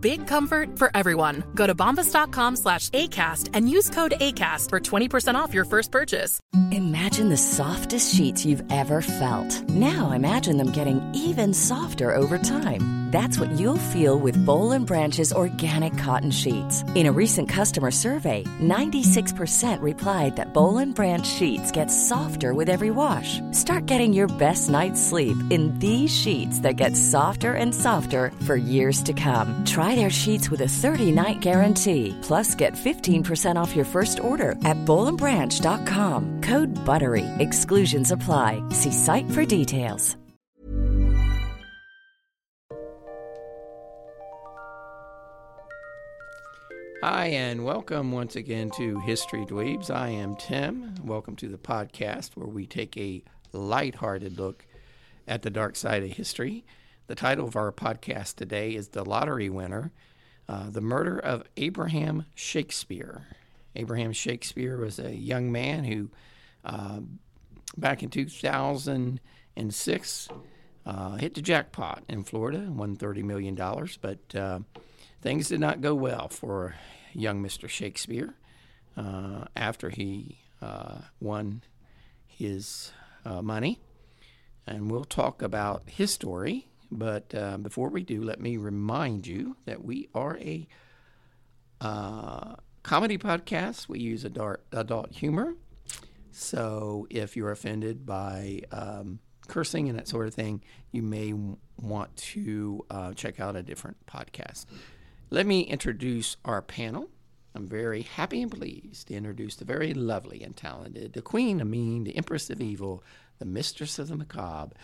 Big comfort for everyone. Go to bombas.com slash ACAST and use code ACAST for 20% off your first purchase. Imagine the softest sheets you've ever felt. Now imagine them getting even softer over time. That's what you'll feel with Bowl and Branch's organic cotton sheets. In a recent customer survey, 96% replied that Bowl and Branch sheets get softer with every wash. Start getting your best night's sleep in these sheets that get softer and softer for years to come. Try their sheets with a 30-night guarantee. Plus, get 15% off your first order at bowlandbranch.com. Code BUTTERY. Exclusions apply. See site for details. Hi, and welcome once again to History Dweebs. I am Tim. Welcome to the podcast where we take a lighthearted look at the dark side of history. The title of our podcast today is The Lottery Winner uh, The Murder of Abraham Shakespeare. Abraham Shakespeare was a young man who, uh, back in 2006, uh, hit the jackpot in Florida, won $30 million, but uh, things did not go well for young Mr. Shakespeare uh, after he uh, won his uh, money. And we'll talk about his story, but uh, before we do, let me remind you that we are a uh, comedy podcast. We use adult, adult humor. So if you're offended by um, cursing and that sort of thing, you may w- want to uh, check out a different podcast. Let me introduce our panel. I'm very happy and pleased to introduce the very lovely and talented, the queen of mean, the empress of evil, the mistress of the macabre,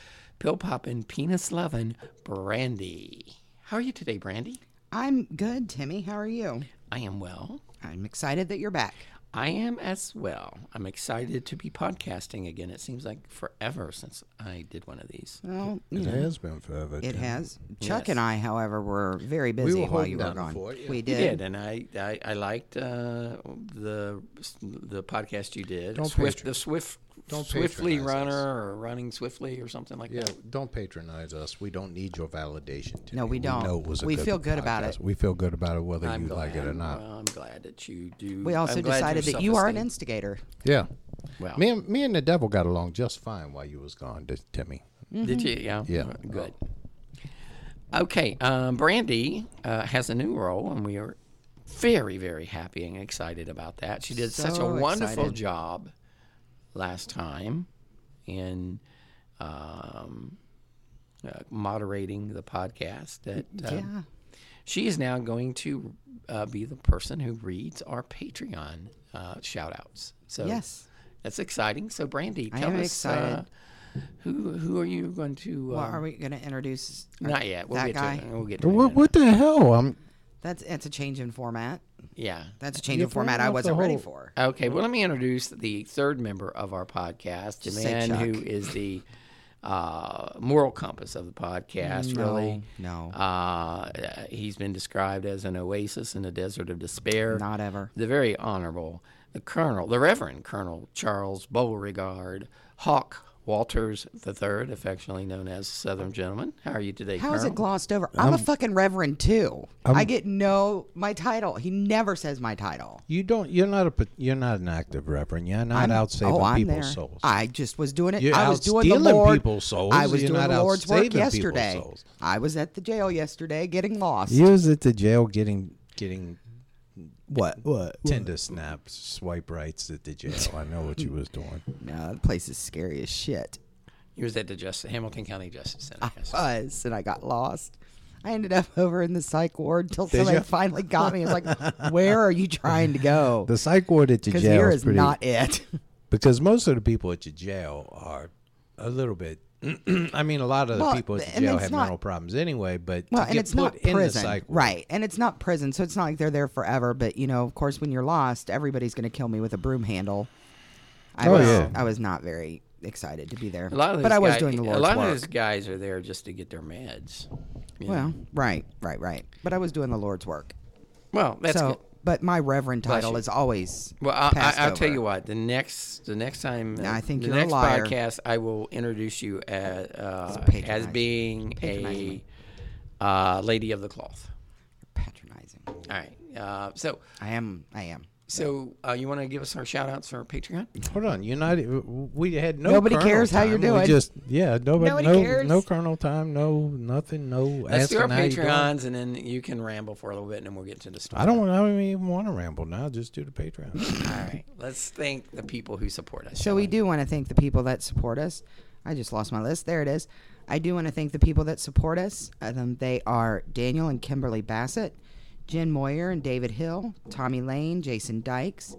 pill poppin', penis lovin', Brandy. How are you today, Brandy? I'm good, Timmy. How are you? I am well. I'm excited that you're back. I am as well. I'm excited to be podcasting again. It seems like forever since I did one of these. Well, It you know, has been forever. Mm-hmm. it Tim. has. Chuck Yes. and I, however, were very busy were while you were holding down gone. for it, yeah. We You You did. did, and I, I, I liked uh, the the podcast you did. Don't Swift, patron- the Swift, don't swiftly patronize us. runner or running swiftly or something like Yeah, that. don't patronize us. We don't need your validation. Today. No, we don't. know it was a We good feel good about it. podcast. We feel good about it, whether I'm you glad, like it or not. Well, I'm glad that you do. We also I'm glad decided your that you are an self-esteem- instigator. yeah. Well, Me and me and the devil got along just fine while you was gone, di- Timmy. Mm-hmm. Did you? Yeah. Yeah. Good. Okay. Um, Brandy uh, has a new role, and we are very, very happy and excited about that. She did such a So wonderful excited. job last time in um, uh, moderating the podcast. That uh, yeah. she is now going to uh, be the person who reads our Patreon uh, shout outs. So Yes. that's exciting. So Brandy, I tell am us excited. Uh, who who are you going to? Uh, Well, are we going to introduce our- Not yet. We'll that get guy? to it. We'll get to it. What what the hell? I'm That's it's a change in format. Yeah. That's a change You're in format throwing I off the wasn't ready whole- for. Okay. Well, let me introduce the third member of our podcast, the Just say man who Chuck. is the uh, moral compass of the podcast. Really. No, no. Uh, he's been described as an oasis in a desert of despair. Not ever. The very honorable, the Colonel, the Reverend Colonel Charles Beauregard Hawk Walters III, affectionately known as Southern Gentleman. How are you today, How is Colonel? it glossed over? I'm, a fucking reverend too. I get no my title. He never says my title. you don't you're not a pa- you're not an active reverend. You're not I'm- out saving oh, I'm people's there. souls. I just was doing it. You're I was out doing the stealing Lord. people's souls. I was You're doing not the out Lord's work saving people's yesterday. souls. I was at the jail yesterday getting lost. you was at the jail getting getting what? What? tender snaps, swipe rights at the jail. I know what you was doing. No, the place is scary as shit. He was at the Justice, Hamilton County Justice Ah. Center. yes. Was and I got lost. I ended up over in the psych ward till somebody you? finally got me. It's like, where are you trying to go? The psych ward at the Because jail here is is pretty- not it. because most of the people at your jail are a little bit. I mean, a lot of the Well, people at the and jail it's have not- mental problems anyway. But Well, to and get it's put not in the prison, psych ward- right? And it's not prison, so it's not like they're there forever. But you know, of course, when you're lost, everybody's going to kill me with a broom handle. I Oh, was yeah. I was not very excited to be there. A lot of but these I was guy- doing the Lord's A lot work. of these guys are there just to get their meds. you know. Well, right, right, right. But I was doing the Lord's work. well, that's so, good. but my reverend Bless title you. is always Well, I, I, passed I'll tell over. you what. The next, the next time, Nah, I think the you're a next liar. podcast, I will introduce you as uh, as patronizing. being a Patronizing. uh, lady of the cloth. patronizing. All right. Uh, so, I am. I am. so uh, you want to give us our shout outs our Patreon? Hold on, you're not. We had no. Nobody kernel cares how you're time. We doing. just yeah. Nobody, Nobody no, cares. No kernel time. No nothing. No Let's do asking our how you doing. Patreons, and then you can ramble for a little bit, and then we'll get to the story. I don't. want- I don't even want to ramble now. Just do the Patreon. All right. Let's thank the people who support us. So we do want to thank the people that support us. I just lost my list. There it is. I do want to thank the people that support us. Um, they are Daniel and Kimberly Bassett, Jen Moyer and David Hill, Tommy Lane, Jason Dykes,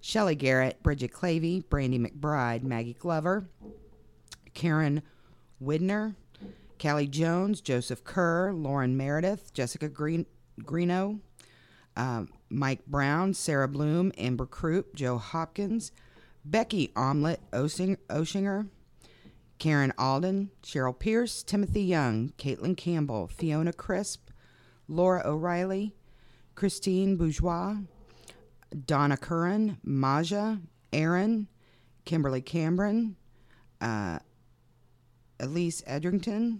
Shelly Garrett, Bridget Clavey, Brandy McBride, Maggie Glover, Karen Widner, Callie Jones, Joseph Kerr, Lauren Meredith, Jessica Green, Greeno, um, Mike Brown, Sarah Bloom, Amber Croup, Joe Hopkins, Becky Omelette Osing- Oshinger, Karen Alden, Cheryl Pierce, Timothy Young, Caitlin Campbell, Fiona Crisp, Laura O'Reilly, Christine Bourgeois, Donna Curran, Maja, Aaron, Kimberly Cameron, uh, Elise Edrington,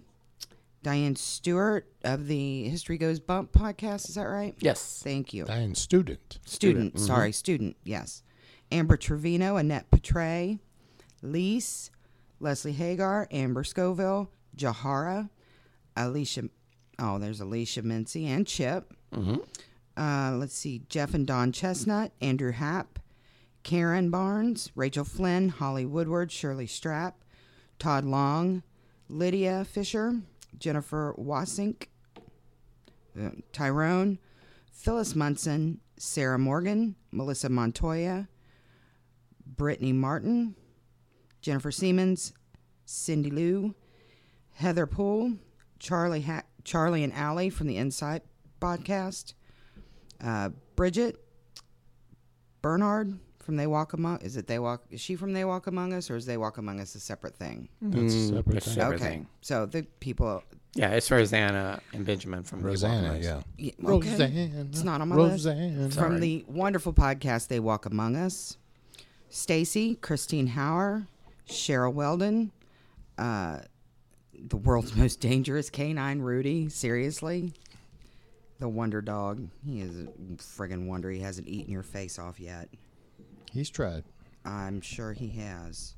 Diane Stewart of the History Goes Bump podcast. Is that right? Yes. Thank you. I'm student. Student, sorry, student, yes. Amber Trevino, Annette Petray, Lise, Leslie Hagar, Amber Scoville, Jahara, Alicia, oh, there's Alicia Mincy and Chip. Uh, let's see, Jeff and Don Chestnut, Andrew Happ, Karen Barnes, Rachel Flynn, Holly Woodward, Shirley Strapp, Todd Long, Lydia Fisher, Jennifer Wasink, uh, Tyrone, Phyllis Munson, Sarah Morgan, Melissa Montoya, Brittany Martin, Jennifer Siemens, Cindy Lou, Heather Poole, Charlie ha- Charlie and Allie from the Inside podcast, uh, Bridget Bernard from They Walk Among is it They Walk is she from They Walk Among Us or is They Walk Among Us a separate thing? Mm, That's a separate thing. Okay, so the people Yeah, it's Rosanna and Benjamin from They Walk Rosanna, Nice. yeah. Yeah, okay. Rosanna. It's not on my Rosanna. list. From the wonderful podcast They Walk Among Us. Stacy, Christine Hauer, Cheryl Weldon, uh, the world's most dangerous canine, Rudy. Seriously. The wonder dog. He is a friggin' wonder. He hasn't eaten your face off yet. He's tried. I'm sure he has.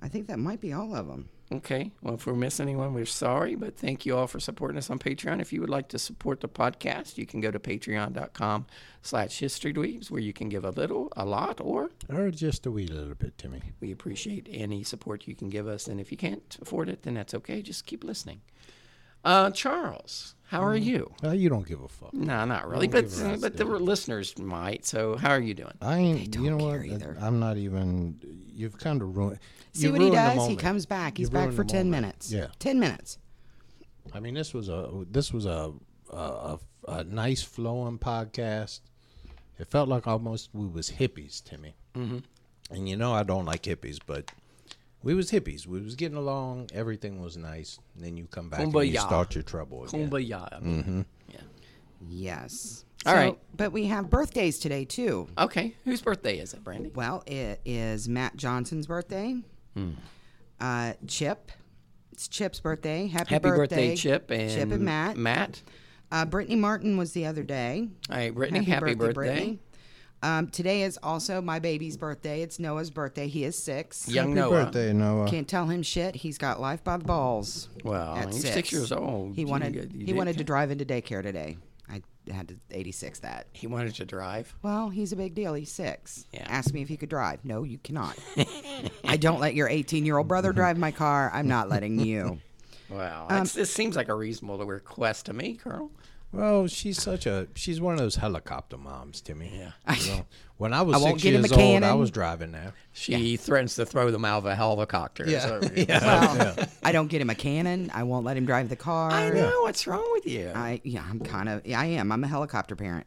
I think that might be all of them. Okay. Well, if we're missing anyone, we're sorry, but thank you all for supporting us on Patreon. If you would like to support the podcast, you can go to patreon.com slash historydweebs where you can give a little, a lot, or Or just a wee little bit to me. we appreciate any support you can give us. And if you can't afford it, then that's okay. Just keep listening. Uh, Charles, how are you? Uh, you don't give a fuck. No, not really, but but the listeners might. So how are you doing? I ain't. you know care what? either. I'm not even. You've kind of ruined. See you what he ruined the does? He moment. comes back. You He's back ruined for the 10 moment. minutes. Yeah. 10 minutes. I mean, this was a this was a a, a, a nice flowing podcast. It felt like almost we was hippies, Timmy. Mm-hmm. And you know I don't like hippies, but we was hippies. We was getting along. Everything was nice. And then you come back and you Kumbaya. start your trouble again. Kumbaya. Yes. All So- right. But we have birthdays today, too. Okay. Whose birthday is it, Brandy? Well, it is Matt Johnson's birthday. Hmm. Uh, Chip. It's Chip's birthday. Happy, Happy birthday, Chip and Chip and Matt. Matt. Uh, Brittany Martin was the other day. All right, Brittany, happy, birthday. Brittany. Um, today is also my baby's birthday. It's Noah's birthday. He is six. Young Happy Noah. birthday, Noah. Can't tell him shit. He's got life by the balls. Wow, at he's six years old. He You wanted got- you he did wanted to that. drive into daycare today. I had to 86 that. He wanted to drive. Well, he's a big deal. He's six. Yeah. Asked me if he could drive. No, you cannot. I don't let your 18 year old brother drive my car. I'm not letting you. Wow, that's this seems like a reasonable request to me, Colonel. Well, she's such a she's one of those helicopter moms, Timmy. Yeah. when I was I won't six get him years a old, I cannon. was driving there. She threatens to throw them out of a helicopter. Yeah. Well, I don't get him a cannon. I won't let him drive the car. I know what's wrong with you. I yeah, I'm kind of yeah, I am. I'm a helicopter parent.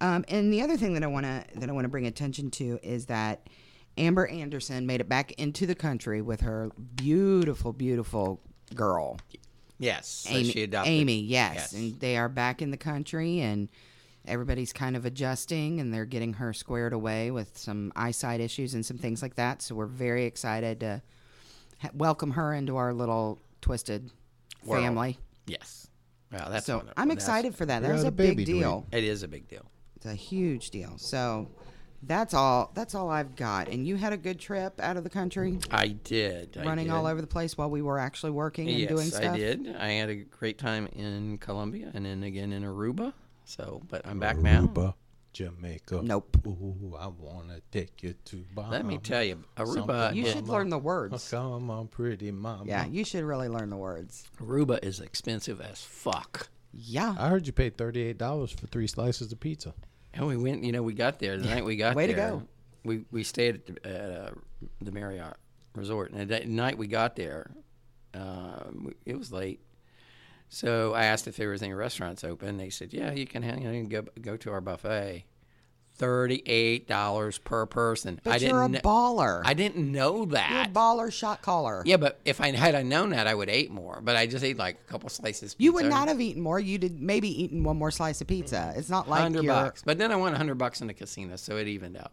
Um, and the other thing that I want to that I want to bring attention to is that Amber Anderson made it back into the country with her beautiful, beautiful girl. Yes, that Amy, she adopted. Amy, yes. Yes. And they are back in the country and everybody's kind of adjusting and they're getting her squared away with some eyesight issues and some things like that. So we're very excited to ha- welcome her into our little twisted World. family. Yes. Wow, that's So wonderful. I'm That's- excited for that. That You're was out a of big baby duty. deal. It is a big deal. It's a huge deal. So that's all that's all I've got. And you had a good trip out of the country? Mm, I did. I running all did. over the place while we were actually working and yes, doing stuff. I did. I had a great time in Colombia and then again in Aruba. So, but I'm back now. Aruba, Jamaica. Nope. Ooh, I wanna take you to Bahamas. Let me tell you, Aruba. You is- should learn the words. Come on, pretty mama. Yeah, you should really learn the words. Aruba is expensive as fuck. Uh, Yeah. I heard you paid thirty-eight dollars for three slices of pizza. And we went. You know, we got there the night we got Way to there. go. We we stayed at the, at, uh, the Marriott Resort, and that night we got there, um, it was late. So I asked if there was any restaurants open. They said, "Yeah, you can hang out and go go to our buffet." Thirty-eight dollars per person. But I you're a didn't kn- baller. I didn't know that. you're a baller shot caller. Yeah, but if I had I known that, I would ate more. But I just ate like a couple slices. You would pizza. not have eaten more. You did maybe eaten one more slice of pizza. It's not like hundred you're, bucks. But then I won hundred bucks in the casino, so it evened out.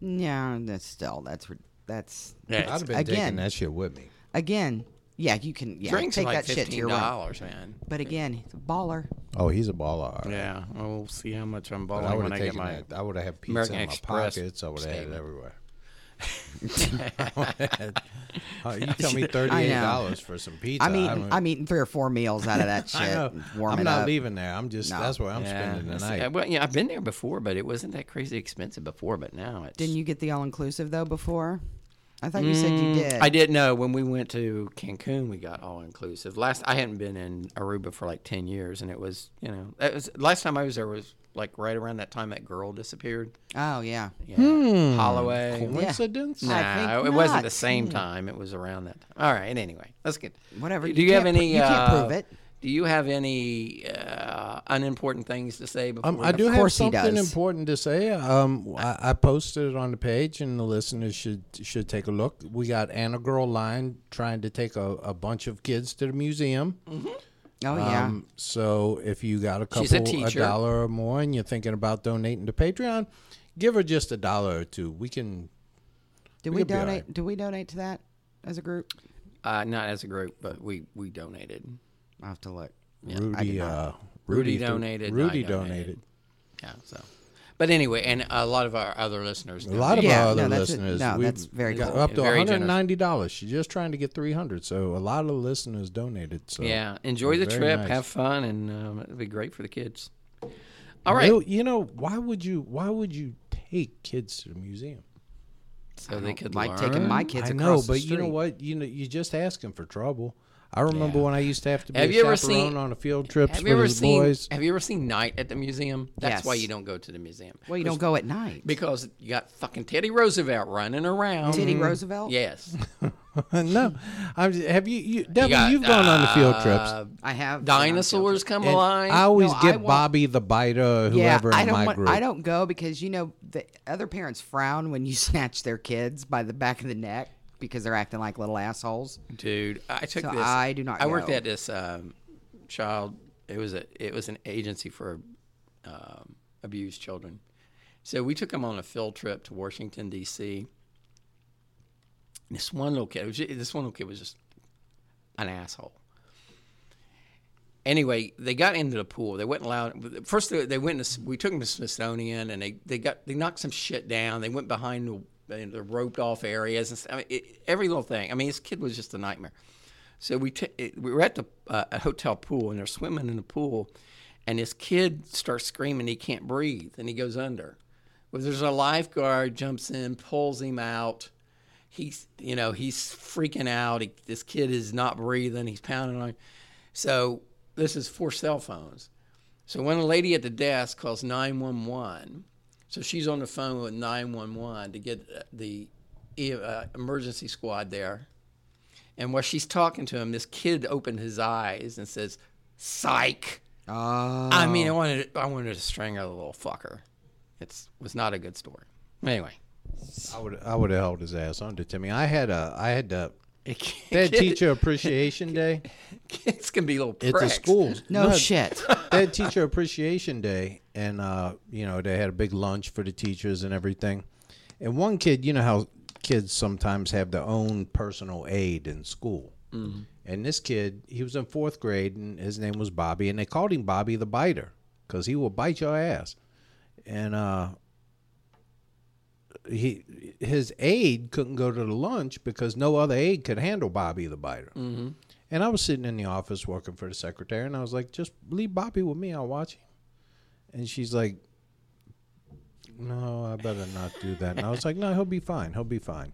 Yeah, that's still that's re- that's Yeah, I'd have been again. taking that shit with me. again. Yeah, you can yeah drinks are take like that shit to your fifteen room. dollars, man. But again, he's a baller. Oh, he's a baller. Yeah, we'll see how much I'm But I balling would when have I get taken my. that. I would have had pizza American in my Express pockets. I would have had it statement. everywhere. Uh, you tell me I thirty-eight know. dollars for some pizza. I'm eating don't- I'm eating three or four meals out of that shit. I know. Warming I'm not up. leaving there. I'm just. No. That's where I'm Yeah, spending the it's- night. uh, Well, yeah, I've been there before, but it wasn't that crazy expensive before. But now it's. Didn't you get the all inclusive though before? I thought you said you did. Mm, I did know when we went to Cancun, we got all inclusive. Last I hadn't been in Aruba for like ten years, and it was you know that was last time I was there was like right around that time that girl disappeared. Oh yeah. Yeah, Holloway. Coincidence? Nah, think it wasn't the not. same time. It was around that. time. All right. Anyway, let's get Whatever, Do, you you have can't pro- any? you can't uh, prove it. Do you have any uh, unimportant things to say before? Um, I we- do have course he something does. important to say. Um, I, I posted it on the page, and the listeners should should take a look. We got Anna Girl Line trying to take a, a bunch of kids to the museum. Oh yeah. Um, so if you got a Mm. She's a couple, a, teacher. dollar or more, and you're thinking about donating to Patreon, give her just a dollar or two. We can. Did we we could be all donate? right. Did we donate to that as a group? Uh, not as a group, but we we donated. I will have to look. Rudy, uh, Rudy threw- donated, and I Rudy donated. donated. Yeah. So, but anyway, and a lot of our other listeners. A lot of Yeah, our no, other that's it. listeners, No, we that's very got cool. up to Very one hundred generous. ninety dollars. She's just trying to get three hundred, so a lot of listeners donated. So Yeah. Enjoy the Very trip. nice. Have fun, and um, it'll be great for the kids. All right. You, you know why would you? Why would you take kids to the museum? so they could like learn. taking my kids I across know, the but you know street. what? You know, you're just asking for trouble. I remember when I used to have to be Have a you ever chaperone seen- on a field trip Have with you ever his seen? boys. Have you ever seen Night at the museum? That's why Yes. you don't go to the museum. Well, you don't go at night. Because you got fucking Teddy Roosevelt running around. Teddy um, Roosevelt. Yes. no, I'm, have you? you Devin, got, uh, you've gone on the field trips. I have been on field Dinosaurs trips. come And alive. I always No, I get won't- Bobby the biter, or Yeah, whoever I in don't. my want, group. I don't go because you know the other parents frown when you snatch their kids by the back of the neck because they're acting like little assholes. Dude, I took So this. I do not I worked go. at this um, child. It was a. It was an agency for um, abused children. So we took them on a field trip to Washington D.C. This one little kid. it was ju- This one little kid was just an asshole. Anyway, they got into the pool. They went allowed. First, they, they went. To, we took them to Smithsonian, and they, they got they knocked some shit down. They went behind the, the roped off areas. And, s- I mean, it, every little thing. I mean, this kid was just a nightmare. So we t- it- we were at the uh, a hotel pool, and they're swimming in the pool, and this kid starts screaming he can't breathe, and he goes under. Well, there's a lifeguard jumps in, pulls him out he's you know he's freaking out he, this kid is not breathing he's pounding on so this is four cell phones so when a lady at the desk calls 911 so she's on the phone with 911 to get uh, the e- uh, emergency squad there and while she's talking to him this kid opened his eyes and says psych i mean i wanted i wanted to strangle the little fucker it was not a good story anyway I would I would have held his ass under Timmy. I had a I had a they had Kid- teacher appreciation day Kids can be little at pricks. the schools. No shit. They had teacher appreciation day, and uh, you know they had a big lunch for the teachers and everything. And one kid, you know how kids sometimes have their own personal aide in school. And this kid, he was in fourth grade, and his name was Bobby, and they called him Bobby the Biter because he will bite your ass. And uh, he his aide couldn't go to the lunch because no other aide could handle Bobby the Biter. Mm-hmm. And I was sitting in the office working for the secretary, and I was like, "Just leave Bobby with me. I'll watch him." And she's like, "No, I better not do that." And I was like, "No, he'll be fine. He'll be fine."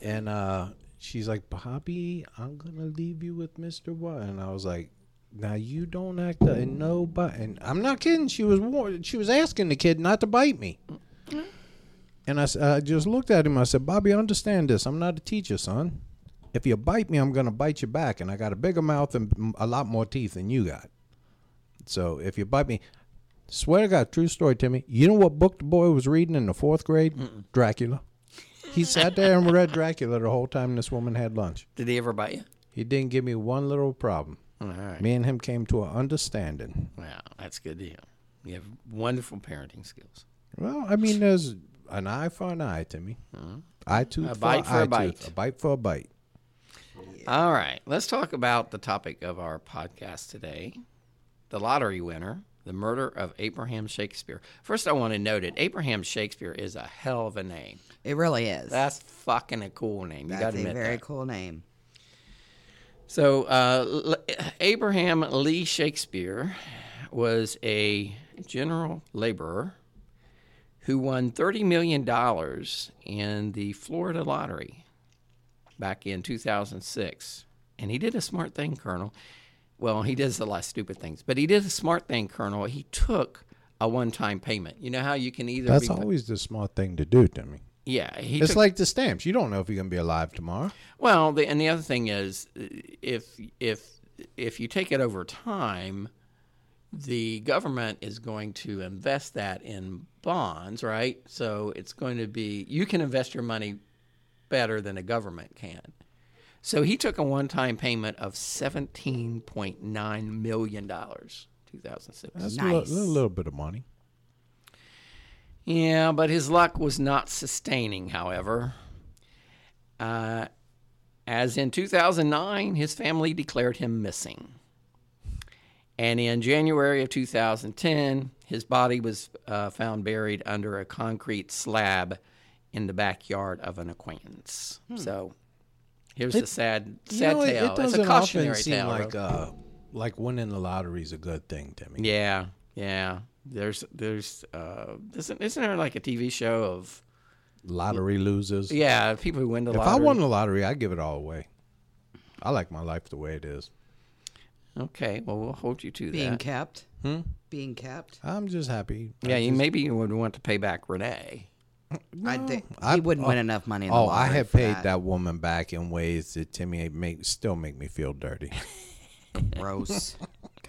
And uh, she's like, "Bobby, I'm gonna leave you with Mister What?" And I was like. Now you don't act a and nobody. And I'm not kidding. She was warned. She was asking the kid not to bite me. And I, s- I just looked at him. I said, Bobby, understand this. I'm not a teacher, son. If you bite me, I'm going to bite you back. And I got a bigger mouth and m- a lot more teeth than you got. So if you bite me, swear to God, true story, Timmy. You know what book the boy was reading in the fourth grade? Dracula. He sat there and read Dracula the whole time this woman had lunch. Did he ever bite you? He didn't give me one little problem. All right. Me and him came to an understanding. Wow, that's good to hear. You have wonderful parenting skills. Well, I mean, there's an eye for an eye, Timmy. Eye tooth Uh-huh. A for bite for a eye bite. Tooth. A bite for a bite. All right, let's talk about the topic of our podcast today the lottery winner, the murder of Abraham Shakespeare. First, I want to note it Abraham Shakespeare is a hell of a name. It really is. That's fucking a cool name. You got That's to a admit very that. cool name. So, uh, L- Abraham Lee Shakespeare was a general laborer who won $30 million in the Florida lottery back in 2006. And he did a smart thing, Colonel. Well, he does a lot of stupid things, but he did a smart thing, Colonel. He took a one time payment. You know how you can either That's be. always the smart thing to do, Timmy. yeah. He It's took- like the stamps. You don't know if you're gonna be alive tomorrow. Well, the, and the other thing is, uh, if if if you take it over time, the government is going to invest that in bonds, right? So it's going to be you can invest your money better than a government can. So he took a one-time payment of seventeen point nine million dollars, two thousand six. That's a, little, little- little bit of money. Yeah, but his luck was not sustaining, however. Uh, as in 2009, his family declared him missing. And in January of 2010, his body was uh, found buried under a concrete slab in the backyard of an acquaintance. Hmm. So here's the sad, sad it, tale. it it's doesn't a often cautionary seem tale. like Ro. uh, like winning the lottery is a good thing, Timmy. Yeah, yeah. There's, there's, uh, isn't, isn't there like a TV show of Lottery losers. Yeah, people who win the If lottery. I won the lottery, I'd give it all away. I like my life the way it is. Okay, well we'll hold you to Being that. kept. Hmm? Being kept. I'm just happy. yeah, you, maybe you would want to pay back Renee. I think he I- wouldn't win enough money. In the Oh, I lottery have for paid that. woman back in ways that Timmy make still make me feel dirty. Gross.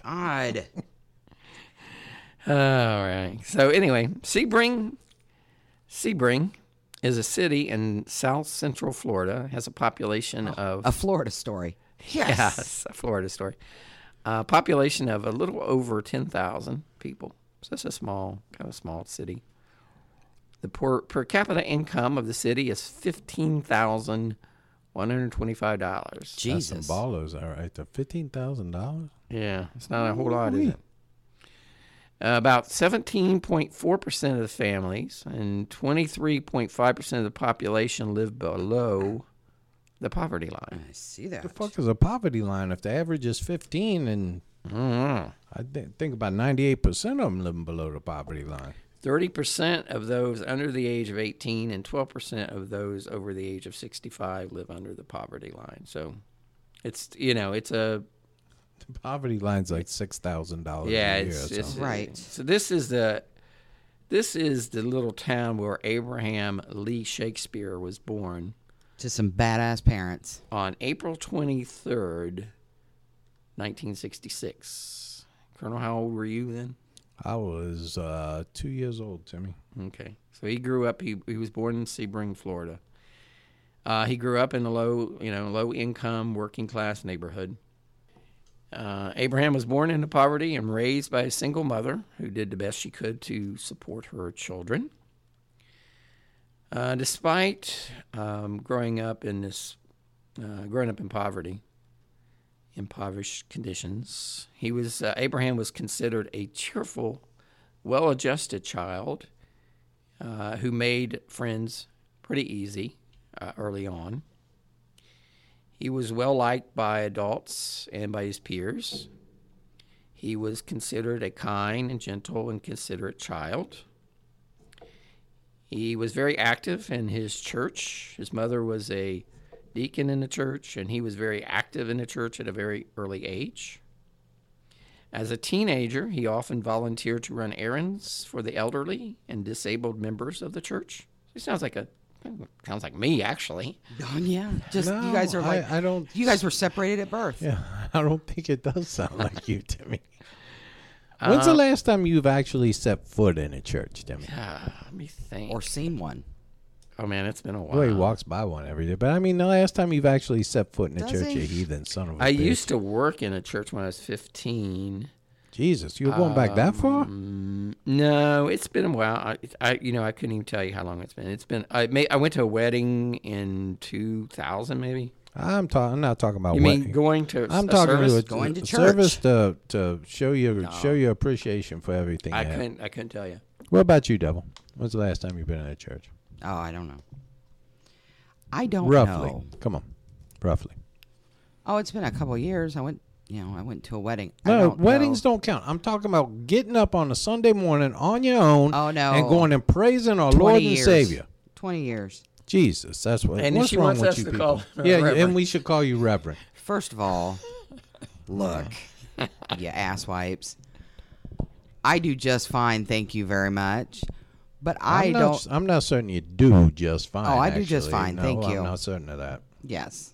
God. All right. So anyway, Sebring, Sebring, is a city in South Central Florida. Has a population of A Florida story. yes, a Florida story. A population of a little over ten thousand people. So it's a small, kind of small city. The per, per capita income of the city is fifteen thousand one hundred twenty-five dollars. That's Jesus. some ballers, all right. The fifteen thousand dollars. Yeah, it's not a whole lot, is it? Uh, About 17.4% of the families and 23.5% of the population live below the poverty line. I see that. The fuck is a poverty line? If the average is fifteen, and I thi- think about ninety-eight percent of them living below the poverty line. 30% of those under the age of 18 and 12% of those over the age of 65 live under the poverty line. So it's, you know, it's a The poverty line's like six thousand dollars. Oh, Yeah, a year it's, or it's something. Right. So this is the this is the little town where Abraham Lee Shakespeare was born To some badass parents. on April twenty third, nineteen sixty six. Colonel, how old were you then? I was uh, two years old, Timmy. Okay. So he grew up. He he was born in Sebring, Florida. Uh, he grew up in a low, you know, low income, working class neighborhood. Uh, Abraham was born into poverty and raised by a single mother who did the best she could to support her children. Uh, despite um, growing up in this, uh, growing up in poverty, impoverished conditions, he was uh, Abraham was considered a cheerful, well-adjusted child uh, who made friends pretty easy uh, early on. He was well liked by adults and by his peers. He was considered a kind and gentle and considerate child. He was very active in his church. His mother was a deacon in the church, and he was very active in the church at a very early age. As a teenager, he often volunteered to run errands for the elderly and disabled members of the church. He sounds like a sounds like me actually. Oh, yeah. Just you guys No, are I- like I don't- You guys were separated at birth. Yeah, I don't think it does sound like you, Timmy. When's Uh, the last time you've actually set foot in a church, Timmy? Ah, let me think. Or seen one. oh man, it's been a while. Well, he walks by one every day, but I mean, the last time you've actually set foot in a Does church, he? you heathen son of a I bitch. used to work in a church when I was 15. Jesus, you were going back that far? Um, No, it's been a while. I, I you know, I couldn't even tell you how long it's been. It's been I may, I went to a wedding in 2000 maybe. I'm talking. I'm not talking about. You mean wedding. going to I'm a talking service? to a, Going to a service to to show your show your appreciation for everything. I you have. couldn't I couldn't tell you. What about you, Devil? When's the last time you've been in a church? Oh, I don't know. I don't Roughly. know. Come on. Roughly. Oh, it's been a couple years. I went, you know, I went to a wedding. I No, don't Uh, weddings know. don't count. I'm talking about getting up on a Sunday morning on your own Oh, no. and going and praising our 20 Lord and years. Savior. Twenty years. Jesus, that's what. And if what's she wrong wants with us you to people? call her yeah, and Reverend. we should call you Reverend. First of all, look, you asswipes. I do just fine, thank you very much. But I I'm not, don't. Oh, I'm not certain you do just fine. I do just actually. fine, No, thank I'm you. not certain of that. Yes,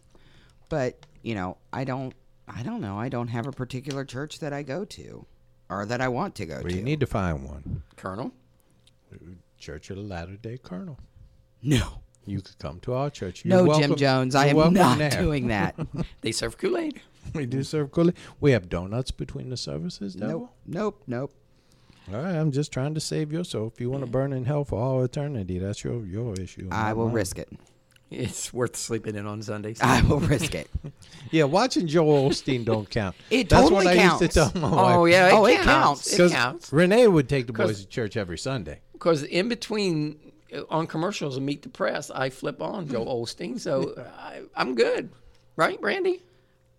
but you know, I don't. I don't know. I don't have a particular church that I go to, or that I want to go But to. you need to find one. Colonel? Church of the Latter Day Colonel. no, You could come to our church. You're no, welcome- Jim Jones. I you're am welcome not there. doing that. They serve Kool-Aid. We do serve Kool We have donuts between the services. Devil? nope, nope, nope. All right, I'm just trying to save your soul. If you want to burn in hell for all eternity, that's your your issue. I not will mine. risk it. It's worth sleeping in on Sundays. I will risk it. Yeah, watching Joel Osteen don't count. It that's totally what I used counts. to tell my wife. oh yeah, it Oh, it counts. counts. It 'Cause counts. Renee would take the boys to church every Sunday. Because in between uh, on commercials and Meet the Press, I flip on Joel Olstein, so I, I'm good, right, Brandy?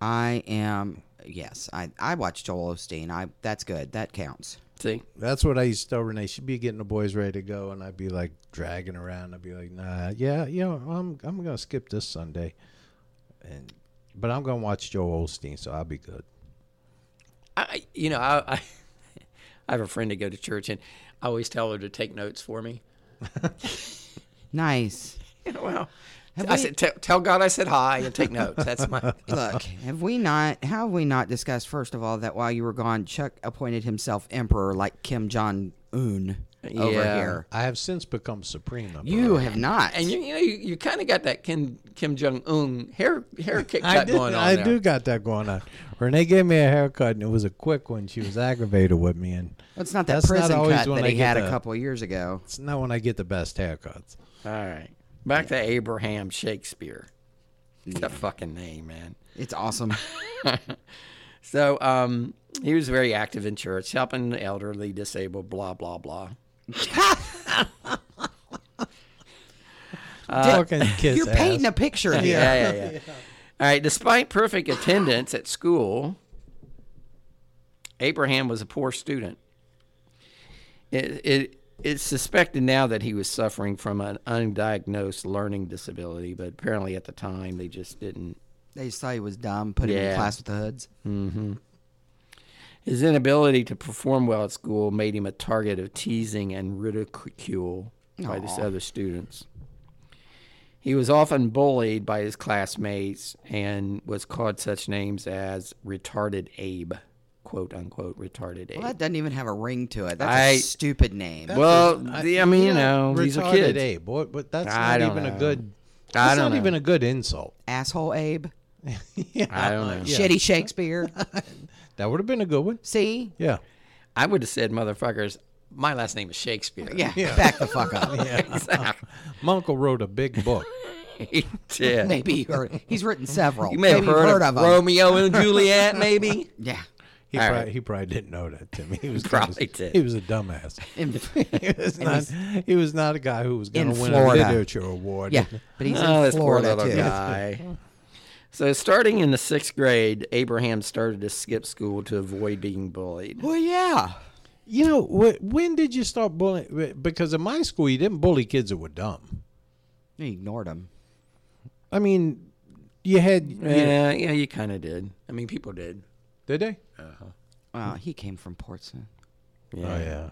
I am. Yes, I I watch Joel Osteen. I that's good. That counts. See, That's what I used to tell Renee. She'd be getting the boys ready to go, and I'd be like dragging around. I'd be like, Nah, yeah, you know, I'm I'm gonna skip this Sunday, and but I'm gonna watch Joel Osteen, so I'll be good. I, you know, I, I, I have a friend to go to church, and I always tell her to take notes for me. Nice. You know, well, Have I we- said, tell, tell God I said hi and take notes. That's my. Look, have we not? How have we not discussed? First of all, that while you were gone, Chuck appointed himself emperor, like Kim Jong Un over Yeah. here. I have since become supreme. up You have not. And you, you know, you, you kind of got that Kim Kim Jong Un hair hair kick I cut did. going on I there. do got that going on. Renee gave me a haircut, and it was a quick one. She was aggravated with me, and Well, it's not that That's not prison always cut when that I he get had the- a couple years ago. it's not when I get the best haircuts. All right, back to Abraham Shakespeare. It's a fucking name, man. It's awesome. So um, he was very active in church, helping the elderly, disabled, blah blah blah. Fucking kiss You're painting a ass. picture here. Yeah, yeah, yeah. All right. Despite perfect attendance at school, Abraham was a poor student. It, it it's suspected now that he was suffering from an undiagnosed learning disability, but apparently at the time they just didn't They just thought he was dumb. Put him in Yeah. class with the hoods. His inability to perform well at school made him a target of teasing and ridicule by his other students. He was often bullied by his classmates and was called such names as retarded Abe. quote unquote retarded age. Well, that doesn't even have a ring to it. That's I- a stupid name. Well, the- I mean, you know, these are retarded kids. Abe, what- but that's I not don't even know. a good. I That's don't not know. even a good insult. Asshole Abe. I don't know. Shitty Shakespeare. That would have been a good one. See? Yeah. I would have said, motherfuckers, my last name is Shakespeare. Yeah. Back the fuck up. exactly. My uncle wrote a big book. He did. Maybe you heard. He's written several. You may have Maybe you've heard, heard of, him. Romeo and Juliet, maybe. Yeah. He, All probably, right. he probably didn't know that, Timmy. He was Probably he was, did. He was a dumbass. In- He was not. He was not a guy who was going In to win Florida. a literature award. yeah. But he's oh, in this poor Florida little too. guy. So, starting in the sixth grade, Abraham started to skip school to avoid being bullied. Well, yeah. You know, wh- when did you start bullying? Because in my school, you didn't bully kids that were dumb. He ignored him. I mean, you had. Yeah, yeah, you kind of did. I mean, people did. Did they? Well, he came from Portsmouth. Oh yeah.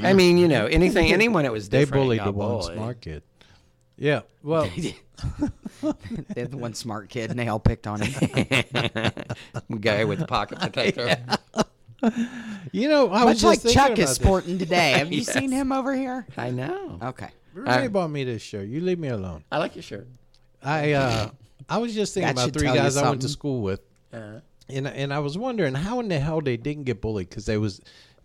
I mean, you know, anything, anyone that was They different bullied got the one bullied. smart kid. Yeah. Well, They had the one smart kid, and they all picked on him. guy with the pocket protector. you know, I was Much just like thinking Chuck about is this. sporting today. Have you seen him over here? I know. Okay. Renee bought me this shirt. You leave me alone. I like your shirt. I uh, I was just thinking That about should three tell you guys I went something. to Uh-huh. school with, and and I was wondering how in the hell they didn't get bullied because they was,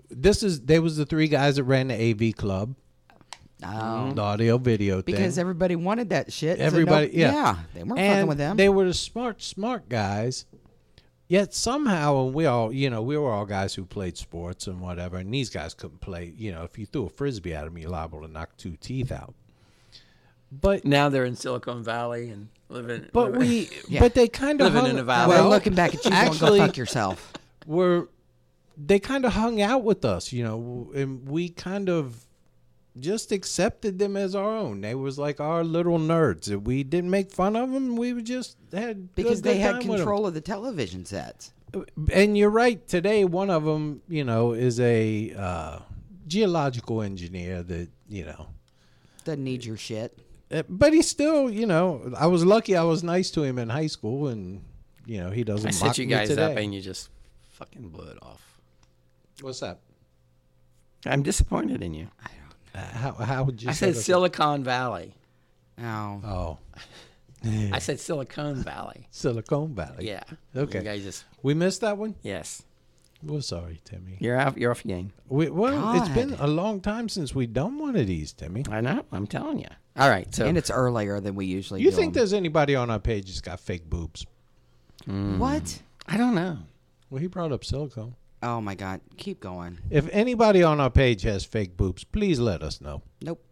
this is they was the three guys that ran the AV club, Oh. the audio video Because thing. everybody wanted that shit. so no- Everybody, yeah. They weren't fucking And with them. They were the smart, smart guys. Yet somehow, and we all, you know, we were all guys who played sports and whatever, and these guys couldn't play. You know, if you threw a frisbee at them, you're liable to knock two teeth out. But Now they're in Silicon Valley and living. but living- we, but they kind of Living hung, in a valley. Well, Well, looking back at you, actually, actually- go fuck yourself. were they kind of hung out with us, you know, and we kind of just accepted them as our own. They was like our little nerds. We didn't make fun of them. We were just had good- Because they good had time with 'em. control of the television sets. And you're right. Today, one of them, you know, is a uh, geological engineer that you know, Doesn't need your shit. eh, but he still, you know, I was lucky. I was nice to him in high school, and you know, he doesn't. I mock set you me guys today. up and you just fucking blew it off. What's up? I'm disappointed in you. How how would you? I set said us up? Silicon Valley. Oh. Oh, I said Silicon Valley. Silicon Valley. Yeah. Okay. You guys just We missed that one. yes. We're sorry, Timmy. You're off. You're off your game. We, well, it's been God. a long time since we done one of these, Timmy. I know. I'm telling you. All right. So And it's earlier than we usually You do think 'em. there's anybody on our page that's got fake boobs? What? I don't know. Well, he brought up silicone. Oh my God. Keep going. If anybody on our page has fake boobs, please let us know. Nope.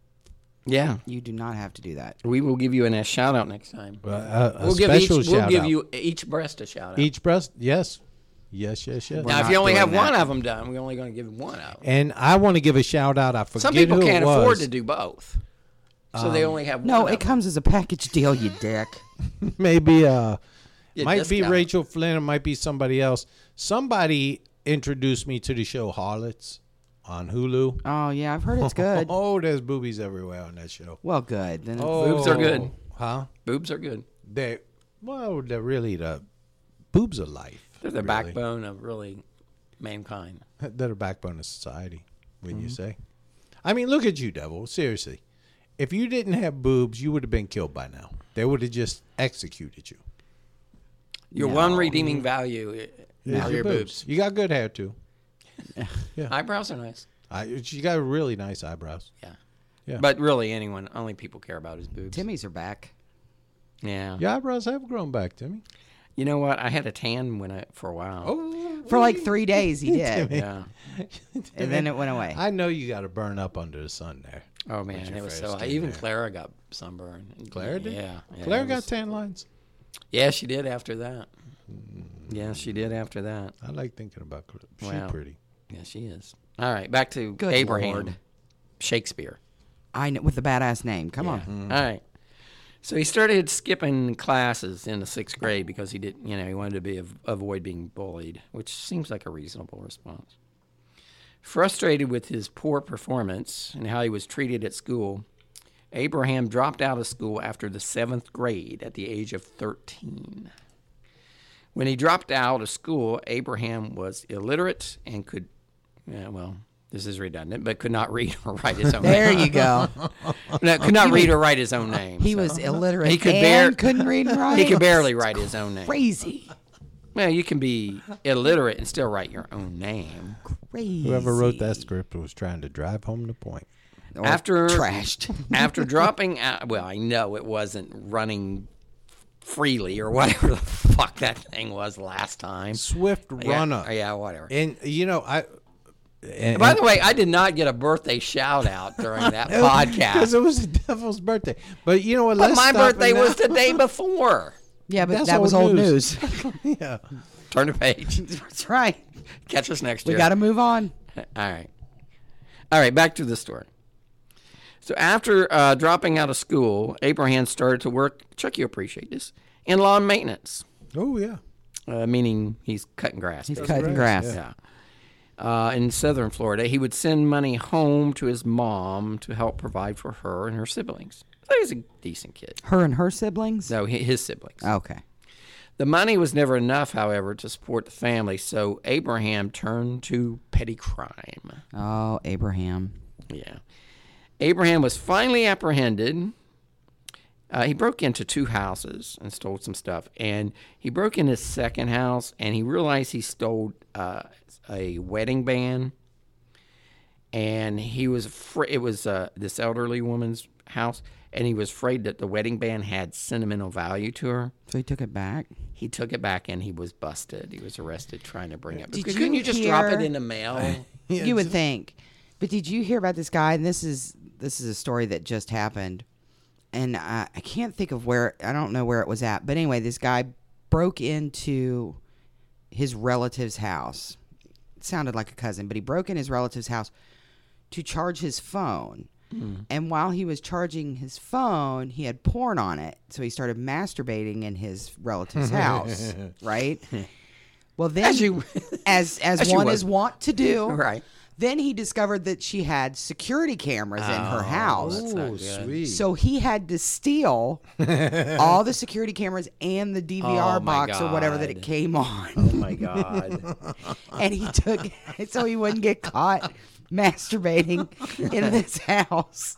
Yeah. You do not have to do that. We will give you an a shout out next time. Uh, a a we'll give each. special We'll shout give out. you each breast a shout out. each breast. Yes, yes, yes, yes. now, if not you only doing have one that. of them done, we're only going to give one out. And I want to give a shout out. I forget Some people who it can't was. Um, afford to do both, so they only have one. No, of it them. comes as a package deal, you dick. Maybe uh, Yeah, might be discount. Rachel Flynn. It might be somebody else. Somebody introduced me to the show Harlots on Hulu. Oh yeah, I've heard it's good. Oh, there's boobies everywhere on that show. Well, good. Then Oh, Boobs are good. huh? Boobs are good. They well, they're really the boobs of life. They're the backbone of really mankind. that are backbone of society, wouldn't you Mm-hmm. say? I mean, look at you, devil. Seriously. If you didn't have boobs, you would have been killed by now. They would have just executed you. Your one redeeming value i- It's are your boobs. You got good hair, too. Eyebrows are nice. I, you got really nice eyebrows. Yeah. Yeah. But really, anyone, only people care about is boobs. Timmy's are back. Yeah. Your eyebrows have grown back, Timmy. You know what? I had a tan when I for a while. Oh, For like three days, he did, Yeah. and then it went away. I know you got to burn up under the sun there. Oh man, it was so. hot. Even Clara got sunburned. Clara did? Yeah. yeah Claire it got was- tan lines. Yeah, she did after that. Hmm. Yeah, she did after that. I like thinking about Claire. She's Wow. pretty. Yeah, she is. All right, back to Good Abraham Lord. Shakespeare. I know with the badass name. Come on. All right. So he started skipping classes in the sixth grade because he didn't, you know, he wanted to be avoid being bullied, which seems like a reasonable response. Frustrated with his poor performance and how he was treated at school, Abraham dropped out of school after the seventh grade at the age of 13. When he dropped out of school, Abraham was illiterate and could, yeah, well, this is redundant, but could not read or write his own. There name. you go. No, could not read or write his own name. He so. was illiterate. He could and bear- couldn't read and write. He could barely write his own name. Crazy. Well, you can be illiterate and still write your own name. Crazy. Whoever wrote that script was trying to drive home the point. Or after- trashed. After dropping out, well, I know it wasn't running freely or whatever the fuck that thing was last time. Swift Yeah, runner. Yeah, whatever. And you know, I and, By the way, I did not get a birthday shout out during that because podcast. it was the devil's birthday. But you know what? But let's my stop it birthday was now. the day before. Yeah, but That's that was old old news. news. yeah. Turn the page. That's right. Catch us next We year. got to move on. All right. All right, back to the story. So after uh, dropping out of school, Abraham started to work, Chuck, you appreciate this, in lawn maintenance, Oh yeah. uh, meaning he's cutting grass. He's basically. cutting grass. Yeah. Uh, in southern Florida, he would send money home to his mom to help provide for her and her siblings. So he's a decent kid. Her and her siblings. No, hi- his siblings. Okay. The money was never enough, however, to support the family, so Abraham turned to petty crime. Oh, Abraham. Yeah. Abraham was finally apprehended. Uh, he broke into two houses and stole some stuff. And he broke in his second house and he realized he stole uh, a wedding band. And he was afraid, it was uh, this elderly woman's house. And he was afraid that the wedding band had sentimental value to her. So he took it back. He took it back and he was busted. He was arrested trying to bring it. Did Couldn't you you, just drop hear- it in the mail? Oh you would think. But did you hear about this guy? And this is this is a story that just happened, and I, I can't think of where I don't know where it was at. But anyway, this guy broke into his relative's house. It sounded like a cousin, but he broke in his relative's house to charge his phone. Hmm. And while he was charging his phone, he had porn on it, so he started masturbating in his relative's house. Right. Well, then, As you- as as, as you one would. is want to do, Right. then he discovered that she had security cameras in her house. Oh sweet. So he had to steal all the security cameras and the DVR Oh, my box or whatever that it God. came on. Oh my God. And he took it so he wouldn't get caught masturbating in this house.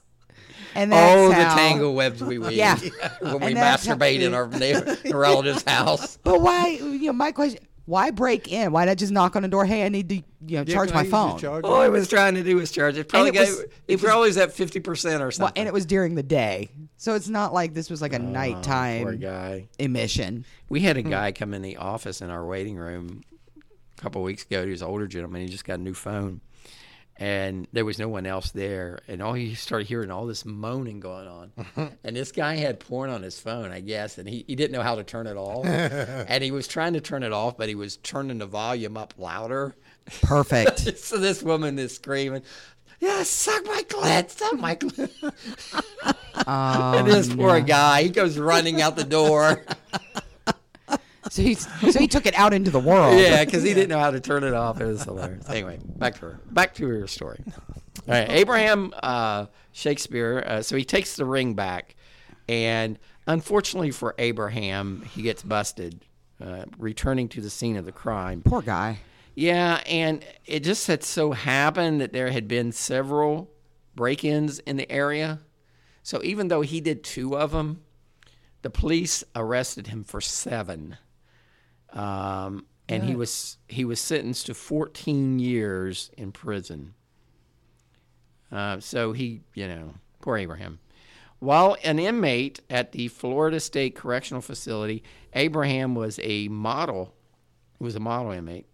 And that's oh, how, the tangle webs we weave Yeah. when we And that's how- masturbate in our neighbor, relative's house. But why, you know, my question, why break in? Why not just knock on the door? Hey, I need to, you know, charge my phone. All he was trying to do was charge it. Probably it got- it was- was, probably was at fifty percent or Well, something. and it was during the day. So it's not like this was like a Oh, Poor nighttime guy. emission. We had a Hmm. guy come in the office in our waiting room a couple weeks ago. He was an older gentleman. He just got a new phone, and there was no one else there. And all he started hearing all this moaning going on. and this guy had porn on his phone, I guess, and he, he didn't know how to turn it off. and he was trying to turn it off, but he was turning the volume up louder. Perfect. so this woman is screaming, "Yeah, suck my clit, suck my clit." and this poor guy, he goes running out the door. So he so he took it out into the world. yeah, because he didn't know how to turn it off. It was hilarious. Anyway, back to her. Back to her story. All right, Abraham uh, Shakespeare. Uh, so he takes the ring back, and unfortunately for Abraham, he gets busted. Uh, returning to the scene of the crime. Poor guy. Yeah, and it just had so happened that there had been several break ins in the area. So even though he did two of them, the police arrested him for seven. Um, and he was he was sentenced to 14 years in prison. Uh, so he, you know, poor Abraham. While an inmate at the Florida State Correctional Facility, Abraham was a model. He was a model inmate.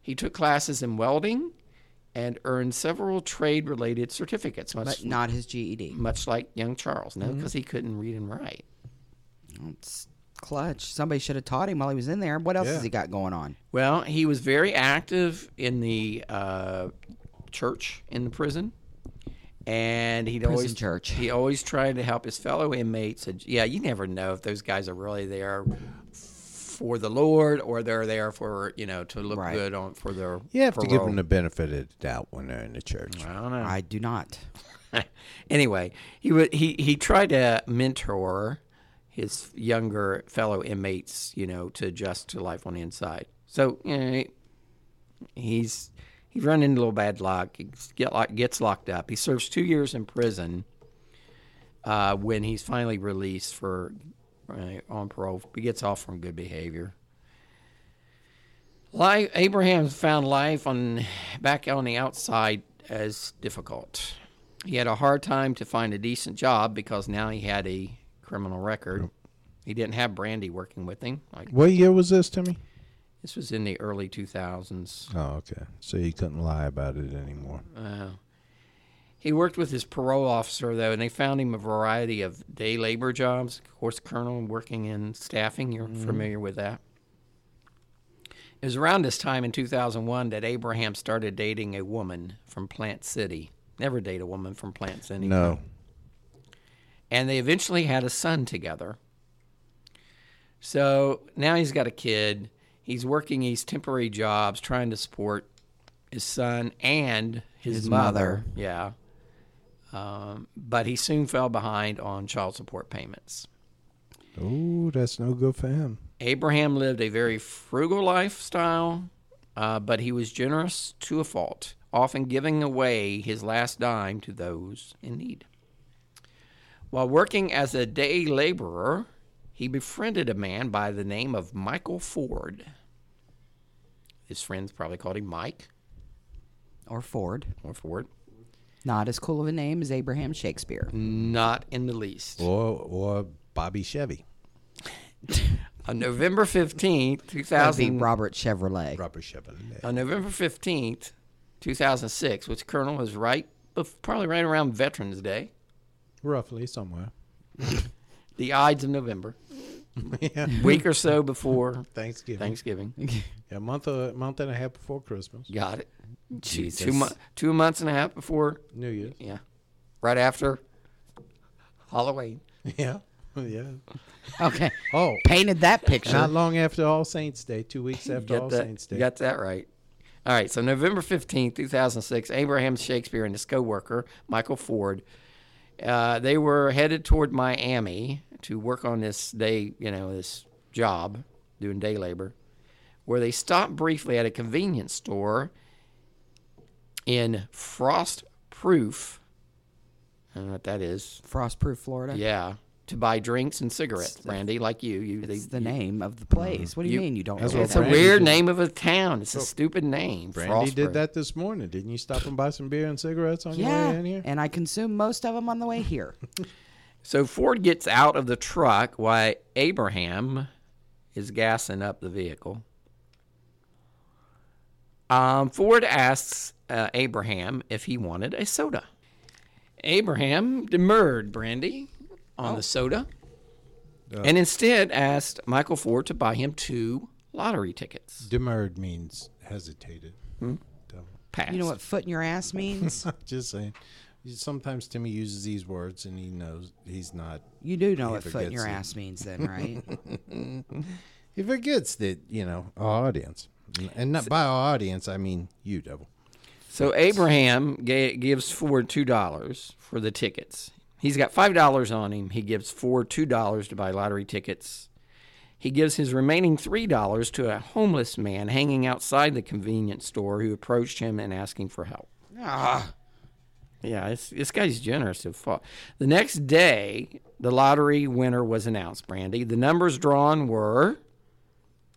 He took classes in welding and earned several trade related certificates, much, But not his GED. much like young Charles, no, because he couldn't read and write. It's clutch. Somebody should have taught him while he was in there. What else has he got going on? Well, he was very active in the uh, church in the prison, and he'd Prison always church. He always tried to help his fellow inmates. And, yeah, you never know if those guys are really there for the Lord or they're there for you know to look Right. good on for their. You have to give parole. them the benefit of the doubt when they're in the church. I don't know. I do not. anyway, he would he he tried to mentor his younger fellow inmates, you know, to adjust to life on the inside. So eh, you know, he- he's he run into a little bad luck. He get, lock- gets locked up. He serves two years in prison. Uh, when he's finally released for uh, on parole, he gets off from good behavior. Life, Abraham found life on back on the outside as difficult. He had a hard time to find a decent job because now he had a criminal record. He didn't have Brandy working with him. Like What year was this, Timmy? this was in the early two thousands. Oh, okay. So you couldn't lie about it anymore. Oh, He worked with his parole officer though, and they found him a variety of day labor jobs. Of course, colonel working in staffing. You're familiar with that. It was around this time in 2001 that Abraham started dating a woman from Plant City. Never date a woman from Plant City. No. And they eventually had a son together. So now he's got a kid. He's working these temporary jobs trying to support his son and his, mother. Yeah. Um, but he soon fell behind on child support payments. Oh, that's no good for him. Abraham lived a very frugal lifestyle, uh, but he was generous to a fault, often giving away his last dime to those in need. While working as a day laborer, he befriended a man by the name of Michael Ford. His friends probably called him Mike Or Ford. or Ford. Not as cool of a name as Abraham Shakespeare. Not in the least. Or or Bobby Chevy, On November 15th, That'd be 2000, Robert Chevrolet. Robert Chevrolet. on November 15th, 2006, which Colonel was right, bef- probably right around Veterans Day, Roughly somewhere. the Ides of November, week or so before Thanksgiving. Thanksgiving. A month a month and a half before Christmas. Got it. Two, two, mo- two months and a half before, New Year's. yeah, right after Halloween. Yeah. Yeah. Okay. Oh. Painted that Not picture. long after All Saints Day, two weeks after All that, Saints you Day. got that right. All right, so November 15th, 2006, Abraham Shakespeare and his co worker, Michael Ford, uh, they were headed toward Miami to work on this day, you know, this job, doing day labor, where they stopped briefly at a convenience store in Frost Proof. I don't know what that is. Frostproof Florida. Yeah. To buy drinks and cigarettes, Brandy, like you. you they- It's the name of the place. What do you, mean you don't know? what it's that? a Brandy weird did. name of a town. It's a stupid name. Brandy Frostburg. did that this morning. Didn't you stop and buy some beer and cigarettes on your Yeah. way in here? And I consume most of them on the way here. So Ford gets out of the truck while Abraham is gassing up the vehicle. Um, Ford asks uh, Abraham if he wanted a soda. Abraham demurred Brandy on the soda and instead asked Michael Ford to buy him two lottery tickets. Demurred means hesitated. Dumb. Pass. You know what foot in your ass means? Just saying. Sometimes Timmy uses these words and he knows he's not. You do know what If it foot in gets your you. ass means then, right? He forgets that, you know, our audience. And not by our audience, I mean you, Devil. So Abraham ga- gives Ford two dollars for the tickets. He's got five dollars on him. He gives Ford two dollars to buy lottery tickets. He gives his remaining three dollars to a homeless man hanging outside the convenience store who approached him and asking for help. Yeah, it's, this guy's generous as fuck. The next day, the lottery winner was announced. Brandy, the numbers drawn were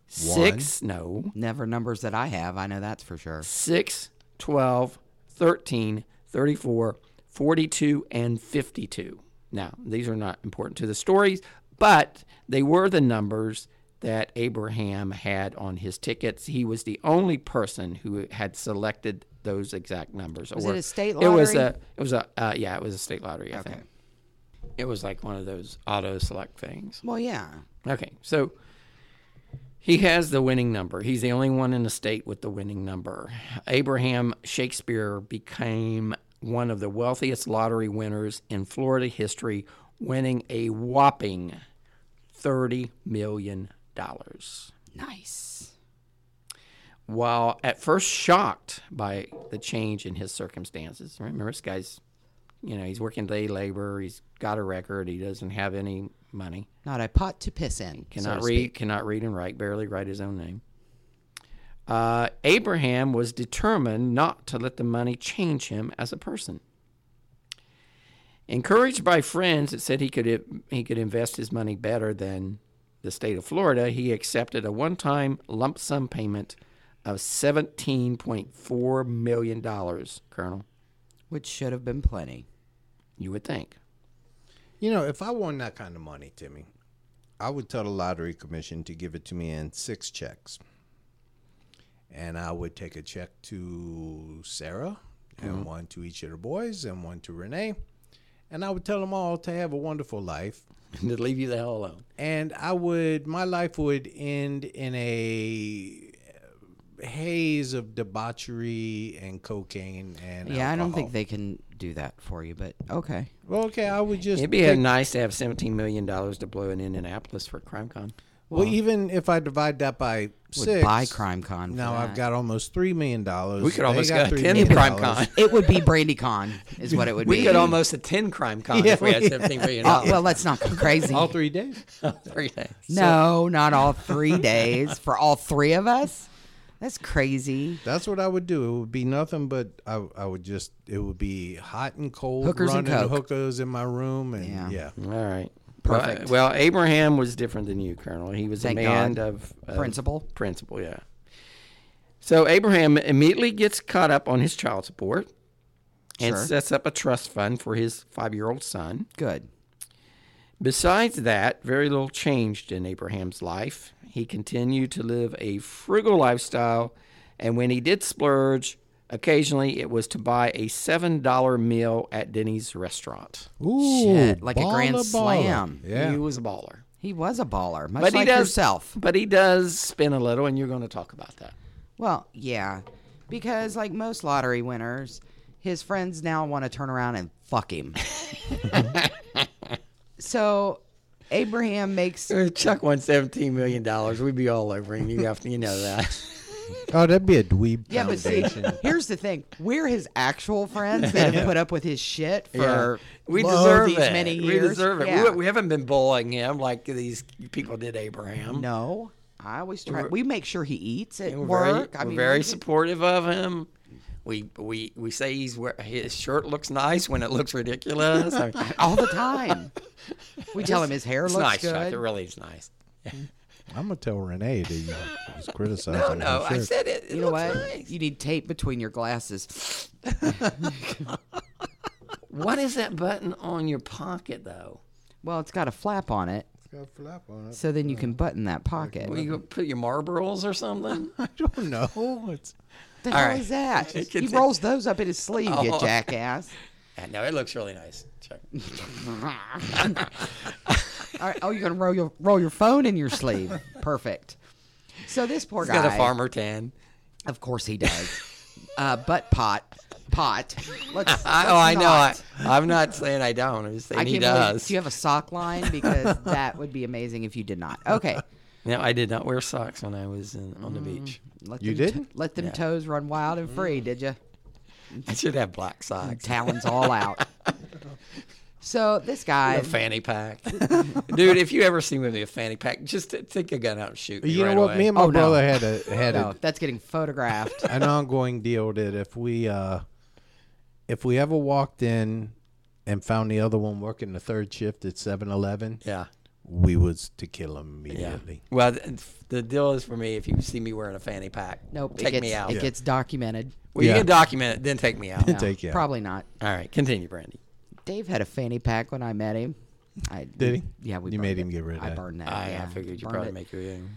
six. No, Never numbers that I have. I know that's for sure. 6, 12, 13, 34, 42, and 52. Now, these are not important to the stories, but they were the numbers that Abraham had on his tickets. He was the only person who had selected those exact numbers. Was it a state It was lottery? a. It was a. Uh, yeah, it was a state lottery. I think it was like one of those auto select things. Well, yeah. Okay, so he has the winning number. He's the only one in the state with the winning number. Abraham Shakespeare became one of the wealthiest lottery winners in Florida history, winning a whopping $30 million. Nice. While at first shocked by the change in his circumstances, remember this guy's, you know, he's working day labor, he's got a record, he doesn't have any money. Not a pot to piss in. so Cannot to read. speak. Cannot read and write. Barely write his own name. Uh, Abraham was determined not to let the money change him as a person. Encouraged by friends that said he could he could invest his money better than the state of Florida, he accepted a one-time lump sum payment of seventeen point four million dollars. Colonel, Which should have been plenty. you would think. You know, if I won that kind of money, Timmy, I would tell the lottery commission to give it to me in six checks. And I would take a check to Sarah, and Mm-hmm. one to each of the boys, and one to Renee. And I would tell them all to have a wonderful life. to leave you the hell alone. And I would, my life would end in a uh, haze of debauchery and cocaine and Yeah, I don't think alcohol. they can do that for you, but okay. Well, okay, I would just It'd be take- nice to have seventeen million dollars to blow in Indianapolis for CrimeCon. Well, even if I divide that by six, buy CrimeCon for Now I've that. got almost three million dollars. We could almost get three ten million crime dollars. con. It would be BrandyCon, is what it would be. We could almost attend crime con if we had seventeen million Uh, dollars. well, let's not go crazy. All three days. Three days. no, not all three days for all three of us. That's crazy. That's what I would do. It would be nothing but I, I would just it would be hot and cold Hookers and running coke. hookers in my room and Yeah. yeah. All right. Perfect. Well, well, Abraham was different than you, Colonel. He was Thank a man God. of, of Principle. Principle, yeah. So Abraham immediately gets caught up on his child support and Sure. sets up a trust fund for his five-year-old son. Good. Besides that, very little changed in Abraham's life. He continued to live a frugal lifestyle, and when he did splurge, occasionally it was to buy a $7 meal at Denny's restaurant. Ooh, Shit, like a baller, grand baller. slam. Yeah. He was a baller. He was a baller, much But he like does yourself. But he does spin a little, and you're going to talk about that. Well, yeah, because like most lottery winners, his friends now want to turn around and fuck him. so Abraham makes Chuck won $17 million. We'd be all over him. You have to, you know that. Oh, that'd be a dweeb yeah, but see, foundation. here's the thing: we're his actual friends that have put up with his shit for We lo- deserve these it. many We years. deserve it. Yeah. We, we haven't been bullying him like these people did Abraham. no, I always try. We make sure he eats at And we're work. very, I we're mean, very we- supportive of him. We we we say he's wear, his shirt looks nice when it looks ridiculous. I mean, all the time. We tell him his hair it's looks nice, good. Chuck. It really is nice. I'm gonna tell Renee that you was criticizing. No, her no, I shirt. said it. it You know looks what? nice. You need tape between your glasses. What is that button on your pocket though? Well, it's got a flap on it, Got a flap on it. so then you can button that pocket. Will you go put your Marlboros or something? I don't know. It's the hell right. is that? he Continue. rolls those up in his sleeve, you Oh. jackass. Yeah, no, it looks really nice. Chuck. All right. Oh, you're gonna roll your roll your phone in your sleeve. Perfect. So this poor He's guy, got a farmer tan. of course he does. uh, butt pot, pot. Let's, I, let's oh, I know. I, not- I'm not saying I don't. I'm just saying I he can't believe- does. Do you have a sock line? Because that would be amazing if you did not. Okay. no, I did not wear socks when I was in, on the beach. Let You them to- didn't? let them toes run wild and Mm. free, did you? I should have black socks. Talons all out. So this guy, A fanny pack, dude. If you ever see me with a fanny pack, just t- take a gun out and shoot me. you right know what? away. Me and my Oh, no. brother had a had no, a that's getting photographed. an ongoing deal that if we uh if we ever walked in and found the other one working the third shift at 7-Eleven, yeah, we was to kill him yeah. immediately. Well, th- the deal is for me. If you see me wearing a fanny pack, Nope, take it gets, me out. It gets documented. well, Yeah. you can document it, then take me out. Then take you out. Probably not. All right, continue, Brandy. Dave had a fanny pack when I met him. I, Did he? Yeah, we You burned made it. him get rid of I that. burned that. Ah, I, yeah. I figured you Burned probably it. make your. own.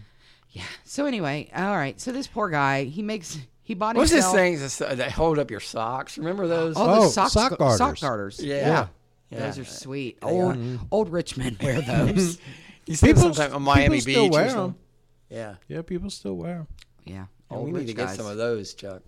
So anyway, all right. So this poor guy, he makes he bought What was this himself thing that s- that hold up your socks? Remember those? all the Oh, sock sock sock garters. Mm-hmm. garters. Yeah. Those Yeah. are sweet. Old old Richmond wear those. You see People people, s- sometime on Miami people still Beach. wear or 'em. something. Yeah. Yeah, people still wear them. yeah. Oh, Old we need rich to get guys. some of those, Chuck.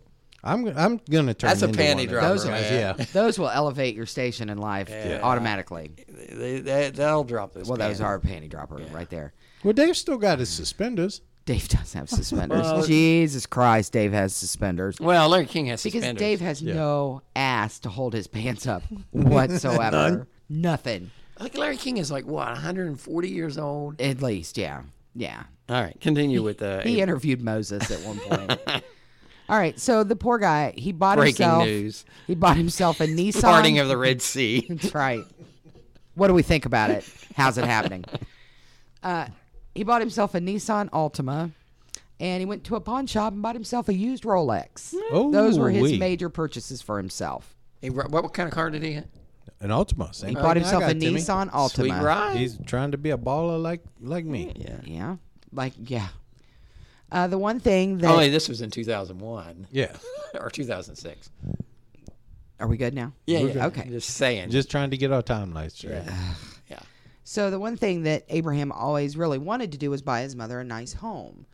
I'm I'm going to turn That's a into panty one of dropper, those guys, man. Yeah. Those will elevate your station in life automatically. They, they, they'll drop those. Well, those panties. are a panty dropper right there. Well, Dave still got his suspenders. Dave does have suspenders. Jesus Christ, Dave has suspenders. Well, Larry King has Because suspenders. Dave has no ass to hold his pants up whatsoever. Nothing. Like Larry King is like what 140 years old. At least, yeah. Yeah. All right, continue with uh, the He interviewed Moses at one point. All right, so the poor guy, he bought breaking himself news. he bought himself a Nissan. Parting of the Red Sea. That's right. What do we think about it? How's it happening? Uh, he bought himself a Nissan Altima, and he went to a pawn shop and bought himself a used Rolex. Oh, Those were his wee. major purchases for himself. Hey, Ro- what, what kind of car did he? Have? An Altima. Oh, Same He thing bought I himself got, a Timmy. Nissan Altima. Sweet ride. He's trying to be a baller like like me. yeah. Yeah, like yeah. Uh, the one thing that Only Oh, this was in 2001 Yeah. or 2006. are we good now? Yeah. yeah. Okay. Just saying. Just trying to get our timelines straight. yeah. So the one thing that Abraham always really wanted to do was buy his mother a nice home.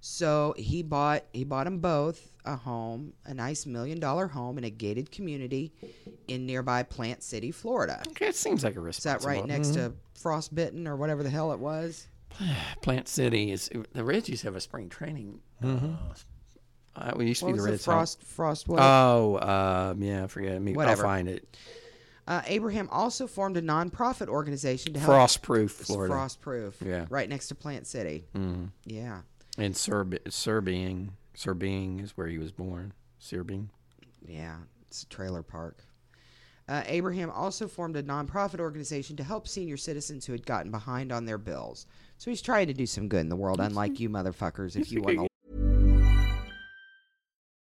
So he bought he bought them both a home, a nice million dollar home in a gated community in nearby Plant City, Florida. Okay, It seems like a Mm-hmm. Is that responsible. right next to Frostbitten or whatever the hell it was? Plant City is the Reds used to have a spring training. Mm-hmm. Uh, uh, we used to What be was the the Reds. frost frost what? Oh, um, yeah, I forget. Me, I'll Whatever. find it. Uh, Abraham also formed a nonprofit organization to help Frost proof Florida Frost proof. Yeah. Mm-hmm. Right next to Plant City. Mm. Yeah. and Serb Serbian. Serbian is where he was born. Serbian. Yeah, it's a trailer park. Uh, Abraham also formed a nonprofit organization to help senior citizens who had gotten behind on their bills. So he's trying to do some good in the world, unlike you motherfuckers, if you want to.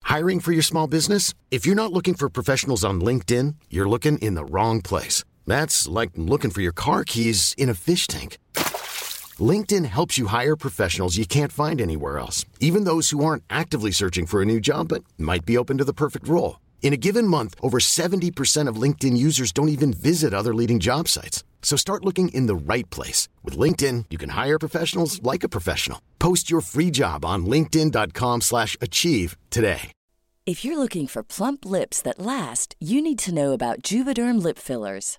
Hiring for your small business? If you're not looking for professionals on LinkedIn, you're looking in the wrong place. That's like looking for your car keys in a fish tank. LinkedIn helps you hire professionals you can't find anywhere else, even those who aren't actively searching for a new job but might be open to the perfect role. In a given month, over 70% of LinkedIn users don't even visit other leading job sites. So start looking in the right place. With LinkedIn, you can hire professionals like a professional. Post your free job on linkedin.com/achieve slash achieve today. If you're looking for plump lips that last, you need to know about Juvederm lip fillers.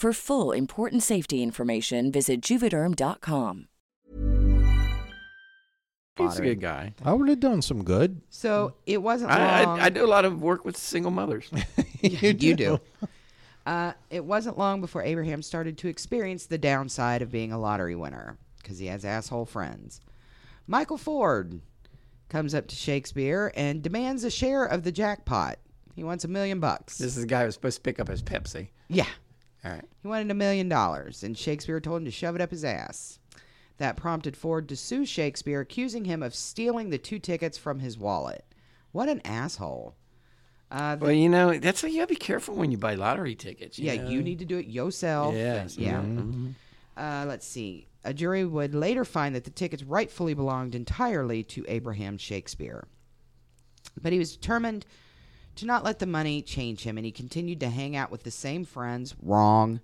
For full important safety information, visit juvederm.com. He's a good guy. I would have done some good. So it wasn't long. I, I, I do a lot of work with single mothers. you you do. Uh, it wasn't long before Abraham started to experience the downside of being a lottery winner because he has asshole friends. Michael Ford comes up to Shakespeare and demands a share of the jackpot. He wants a million bucks. this is the guy who's supposed to pick up his Pepsi. yeah. All right. He wanted a million dollars, and Shakespeare told him to shove it up his ass. That prompted Ford to sue Shakespeare, accusing him of stealing the two tickets from his wallet. What an asshole. Uh, the- Well, you know, that's why you gotta be careful when you buy lottery tickets. You yeah, know? you need to do it yourself. Yes. Yeah. Uh, let's see. A jury would later find that the tickets rightfully belonged entirely to Abraham Shakespeare. But he was determined to not let the money change him, and he continued to hang out with the same friends, wrong,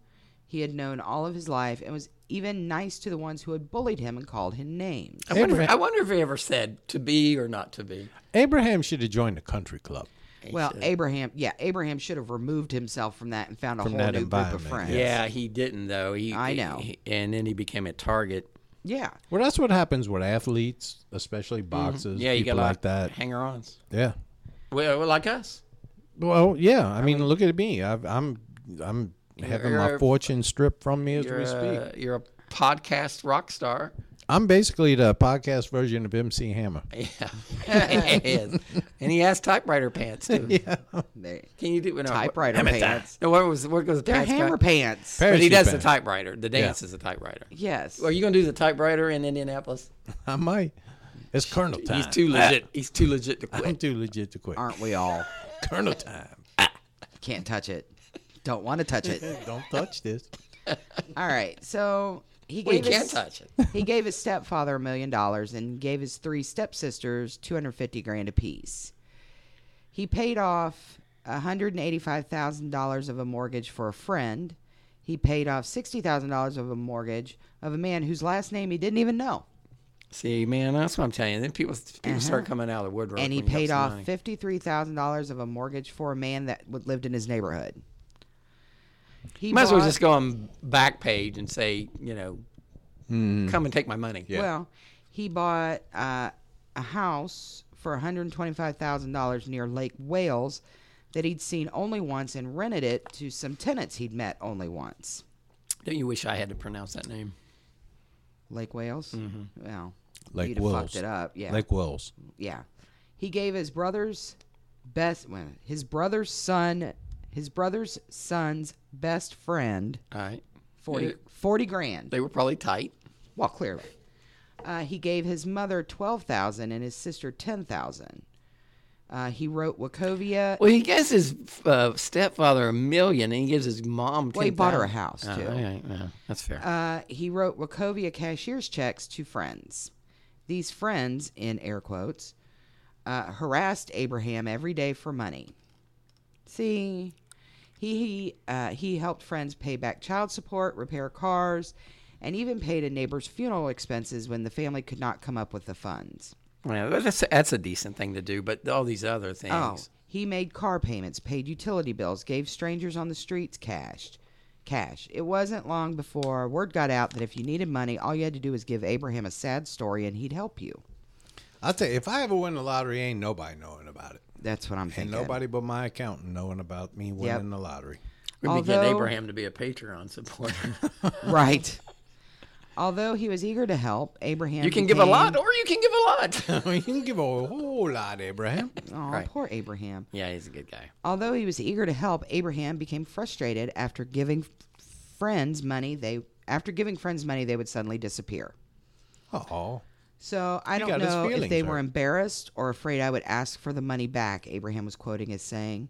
he had known all of his life, and was even nice to the ones who had bullied him and called him names. I wonder, I wonder if he ever said to be or not to be. Abraham should have joined the country club. Well, Abraham, yeah, Abraham should have removed himself from that and found a From whole that new group of environment, friends. Yeah, he didn't though. He, I know. he- and then he became a target. Yeah. Well, that's what happens with athletes, especially boxers, Mm-hmm. Yeah, you people got a lot like that. of hanger-ons. yeah. Well, well, like us. Well, yeah. I, mean, look at me. I've, I'm I'm having You're my a- fortune stripped from me as You're we speak. a, you're a podcast rock star. I'm basically the podcast version of MC Hammer. Yes. and he has typewriter pants too. They, Can you do no, typewriter pants. No, what was what goes They're past- hammer pants. But he Parachute does the pants. typewriter. The dance is a typewriter. Yes. Are you going to do the typewriter in Indianapolis? I might. It's Colonel time. He's too legit. He's too legit to I'm quit. too legit to quit. Aren't we all? Colonel time. Can't touch it. Don't want to touch it. Don't touch this. All right. So he Well, you gave can't his, touch it. he gave his stepfather a million dollars and gave his three stepsisters 250 grand apiece. He paid off $185,000 of a mortgage for a friend. He paid off $60,000 of a mortgage of a man whose last name he didn't even know. See, man, that's what I'm telling you. Then people people start coming out of the woodwork. Uh-huh. and he when you have paid some off money. $53,000 of a mortgage for a man that would- lived in his neighborhood. He You might as well bought- just go on back page and say, you know, come and take my money. Well, he bought uh, a house for $125,000 near Lake Wales that he'd seen only once and rented it to some tenants he'd met only once. Don't you wish I had to pronounce that name? Lake Wales? Mm-hmm. Well, Lake you'd have Wells. fucked it up. Yeah. Lake Wells. yeah. He gave his brother's best, well, his brother's son, his brother's son's best friend All right. 40, Yeah. 40 grand. They were probably tight. Well, clearly, uh, he gave his mother twelve thousand and his sister ten thousand. Uh, he wrote Wachovia. Well, he gives his uh, stepfather a million, and he gives his mom. Well, he bought her 10,000. a house, Oh, too. all right, yeah, that's fair. Uh, he wrote Wachovia cashier's checks to friends. These friends, in air quotes, uh, harassed Abraham every day for money. See, he he, uh, he helped friends pay back child support, repair cars, and even paid a neighbor's funeral expenses when the family could not come up with the funds. Well, that's that's a decent thing to do, but all these other things. Oh, he made car payments, paid utility bills, gave strangers on the streets cash. Cash. It wasn't long before word got out that if you needed money, all you had to do was give Abraham a sad story and he'd help you. I'll tell you, if I ever win the lottery, ain't nobody knowing about it. That's what I'm Ain't thinking. nobody but my accountant knowing about me winning the lottery. we need to get although- Abraham to be a Patreon supporter. Right. Although he was eager to help, Abraham. you can give a became- lot, or you can give a lot. you can give a whole lot, Abraham. Aw, Right. poor Abraham. yeah, he's a good guy. Although he was eager to help, Abraham became frustrated after giving f- friends money. They after giving friends money, they would suddenly disappear. Oh, So I don't got his know if feelings they were hurt. embarrassed or afraid I would ask for the money back, Abraham was quoting as saying.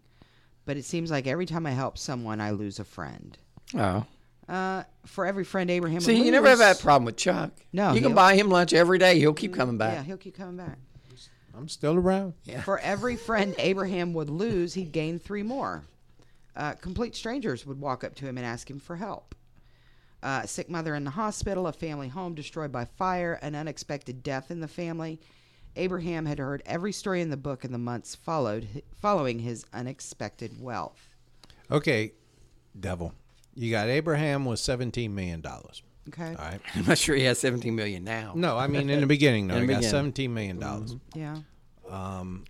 But it seems like every time I help someone, I lose a friend. Oh, Uh, for every friend Abraham would see, you never have lose- had a problem with Chuck. No, you can he'll- buy him lunch every day; he'll keep coming Yeah, back. he'll keep coming back. I'm still around. For every friend Abraham would lose, he'd gain three more. Uh, complete strangers would walk up to him and ask him for help. Uh, a sick mother in the hospital, a family home destroyed by fire, an unexpected death in the family. Abraham had heard every story in the book in the months followed, following his unexpected wealth. Okay, devil. You got Abraham with $17 million. All Okay. right. I'm not sure he has 17 million now. No, I mean, in the beginning, though, In he the got beginning. $17 million. Yeah. Mm-hmm.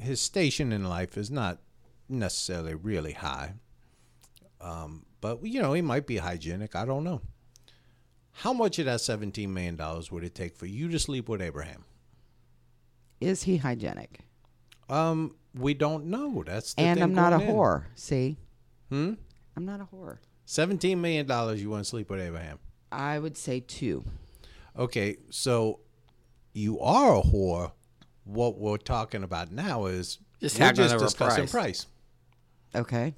his station in life is not necessarily really high. Um, but you know, he might be hygienic. I don't know. How much of that seventeen million dollars would it take for you to sleep with Abraham? Is he hygienic? Um, we don't know. That's the and thing I'm not a going in. whore. See? Hmm? I'm not a whore. Seventeen million dollars. You want to sleep with Abraham? I would say two. Okay, so you are a whore. What we're talking about now is Just we're hacking just over discussing price. price. Okay.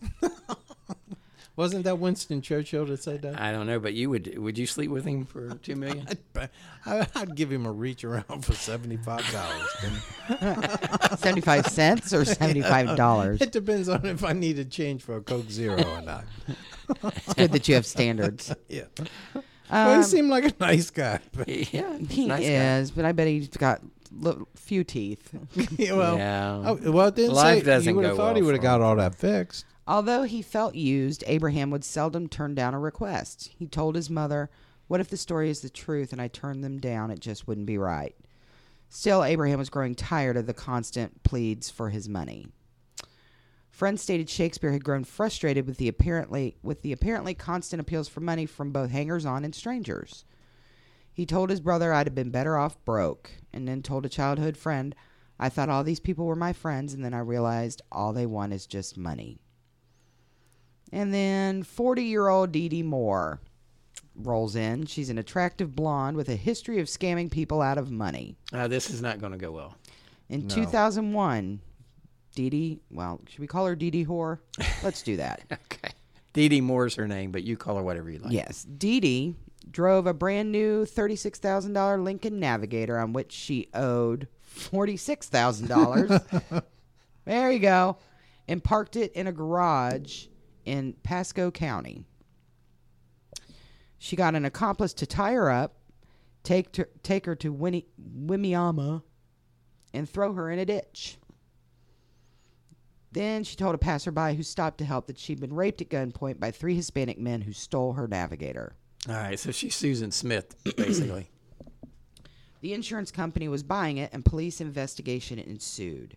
Wasn't that Winston Churchill that said that? I don't know, but you would would you sleep with him for two million? But I, I'd give him a reach around for seventy five dollars. 75 cents or $75? It depends on if I need a change for a Coke Zero or not. It's good that you have standards. Yeah. well, Um, he seemed like a nice guy. but- yeah, He nice guy. is, but I bet he's got li- few teeth. yeah, well, Yeah. oh, well, it didn't Life say doesn't you would go have thought he well would have for got all that fixed. Although he felt used, Abraham would seldom turn down a request. He told his mother, What if the story is the truth and I turn them down? It just wouldn't be right. Still, Abraham was growing tired of the constant pleads for his money. Friends stated Shakespeare had grown frustrated with the apparently with the apparently constant appeals for money from both hangers on and strangers. He told his brother I'd have been better off broke, and then told a childhood friend, I thought all these people were my friends, and then I realized all they want is just money. And then 40 year old Dee Dee Moore rolls in. She's an attractive blonde with a history of scamming people out of money. Uh, this is not going to go well. In 2001, Dee Dee, well, should we call her Dee Dee Whore? Let's do that. Okay. Dee Dee Moore's her name, but you call her whatever you like. Yes. Dee Dee drove a brand new $36,000 Lincoln Navigator on which she owed $46,000. there you go. And parked it in a garage in Pasco County. She got an accomplice to tie her up, take, to, take her to Winnie, Wimiama, and throw her in a ditch. Then she told a passerby who stopped to help that she'd been raped at gunpoint by three Hispanic men who stole her navigator. All right. So she's Susan Smith, basically. The insurance company was buying it, and police investigation ensued.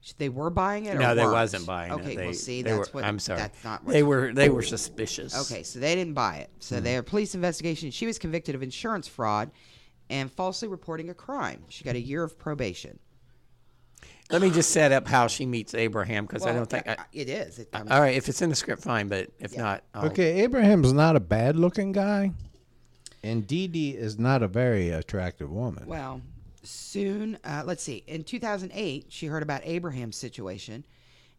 Sh- They were buying it, or no, they weren't? wasn't buying okay, it. Okay, They- well, see, they that's were- what I'm sorry. That's not what they were. Hmm. They were suspicious. Okay, so they didn't buy it. So their police investigation, she was convicted of insurance fraud and falsely reporting a crime. She got a year of probation. Let me just set up how she meets Abraham because I Well, don't think. I, Uh, it is. It, I'm- all right, if it's in the script, fine. But if not, I'll, Okay, Abraham's not a bad looking guy. And Dee Dee is not a very attractive woman. Well, soon, uh, let's see. In 2008, she heard about Abraham's situation,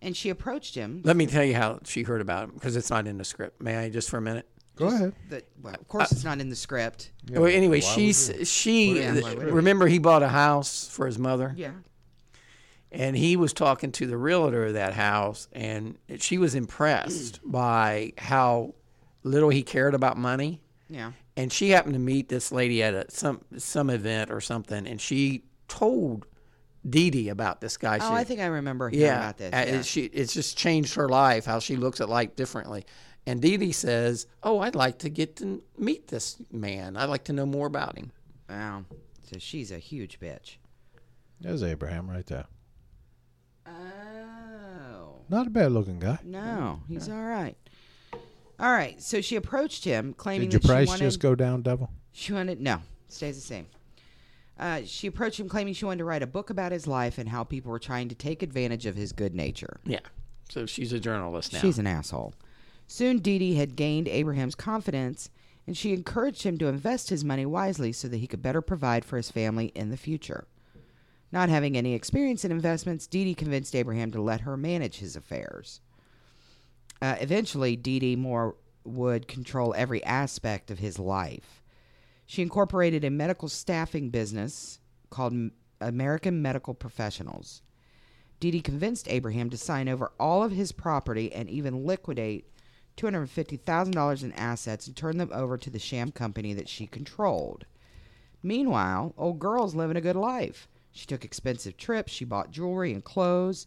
and she approached him. Let me tell you how she heard about him because it's not in the script. May I just for a minute? Go ahead. That, well, of Uh, course, it's not in the script. well, anyway, she's she. Yeah, th- why would it? remember, he bought a house for his mother, Yeah. and he was talking to the realtor of that house, and she was impressed Mm. by how little he cared about money. Yeah. and she happened to meet this lady at a, some some event or something, and she told Dee Dee about this guy. Oh, she, I think I remember hearing yeah, about this. uh, yeah. She, it's just changed her life, how she looks at life differently. And Dee Dee says, "Oh, I'd like to get to meet this man. I'd like to know more about him." Wow. So she's a huge bitch. There's Abraham right there. Oh. Not a bad looking guy. No, he's all right. All right. So she approached him, claiming Did your that she price wanted. just go down double? She wanted no, stays the same. Uh, she approached him, claiming she wanted to write a book about his life and how people were trying to take advantage of his good nature. Yeah. So she's a journalist now. She's an asshole. Soon, Dee Dee had gained Abraham's confidence, and she encouraged him to invest his money wisely so that he could better provide for his family in the future. Not having any experience in investments, Dee Dee convinced Abraham to let her manage his affairs. Uh, eventually, Dee Dee Moore would control every aspect of his life. She incorporated a medical staffing business called M- American Medical Professionals. Dee Dee convinced Abraham to sign over all of his property and even liquidate $250,000 in assets and turn them over to the sham company that she controlled. Meanwhile, old girl's living a good life. She took expensive trips, she bought jewelry and clothes.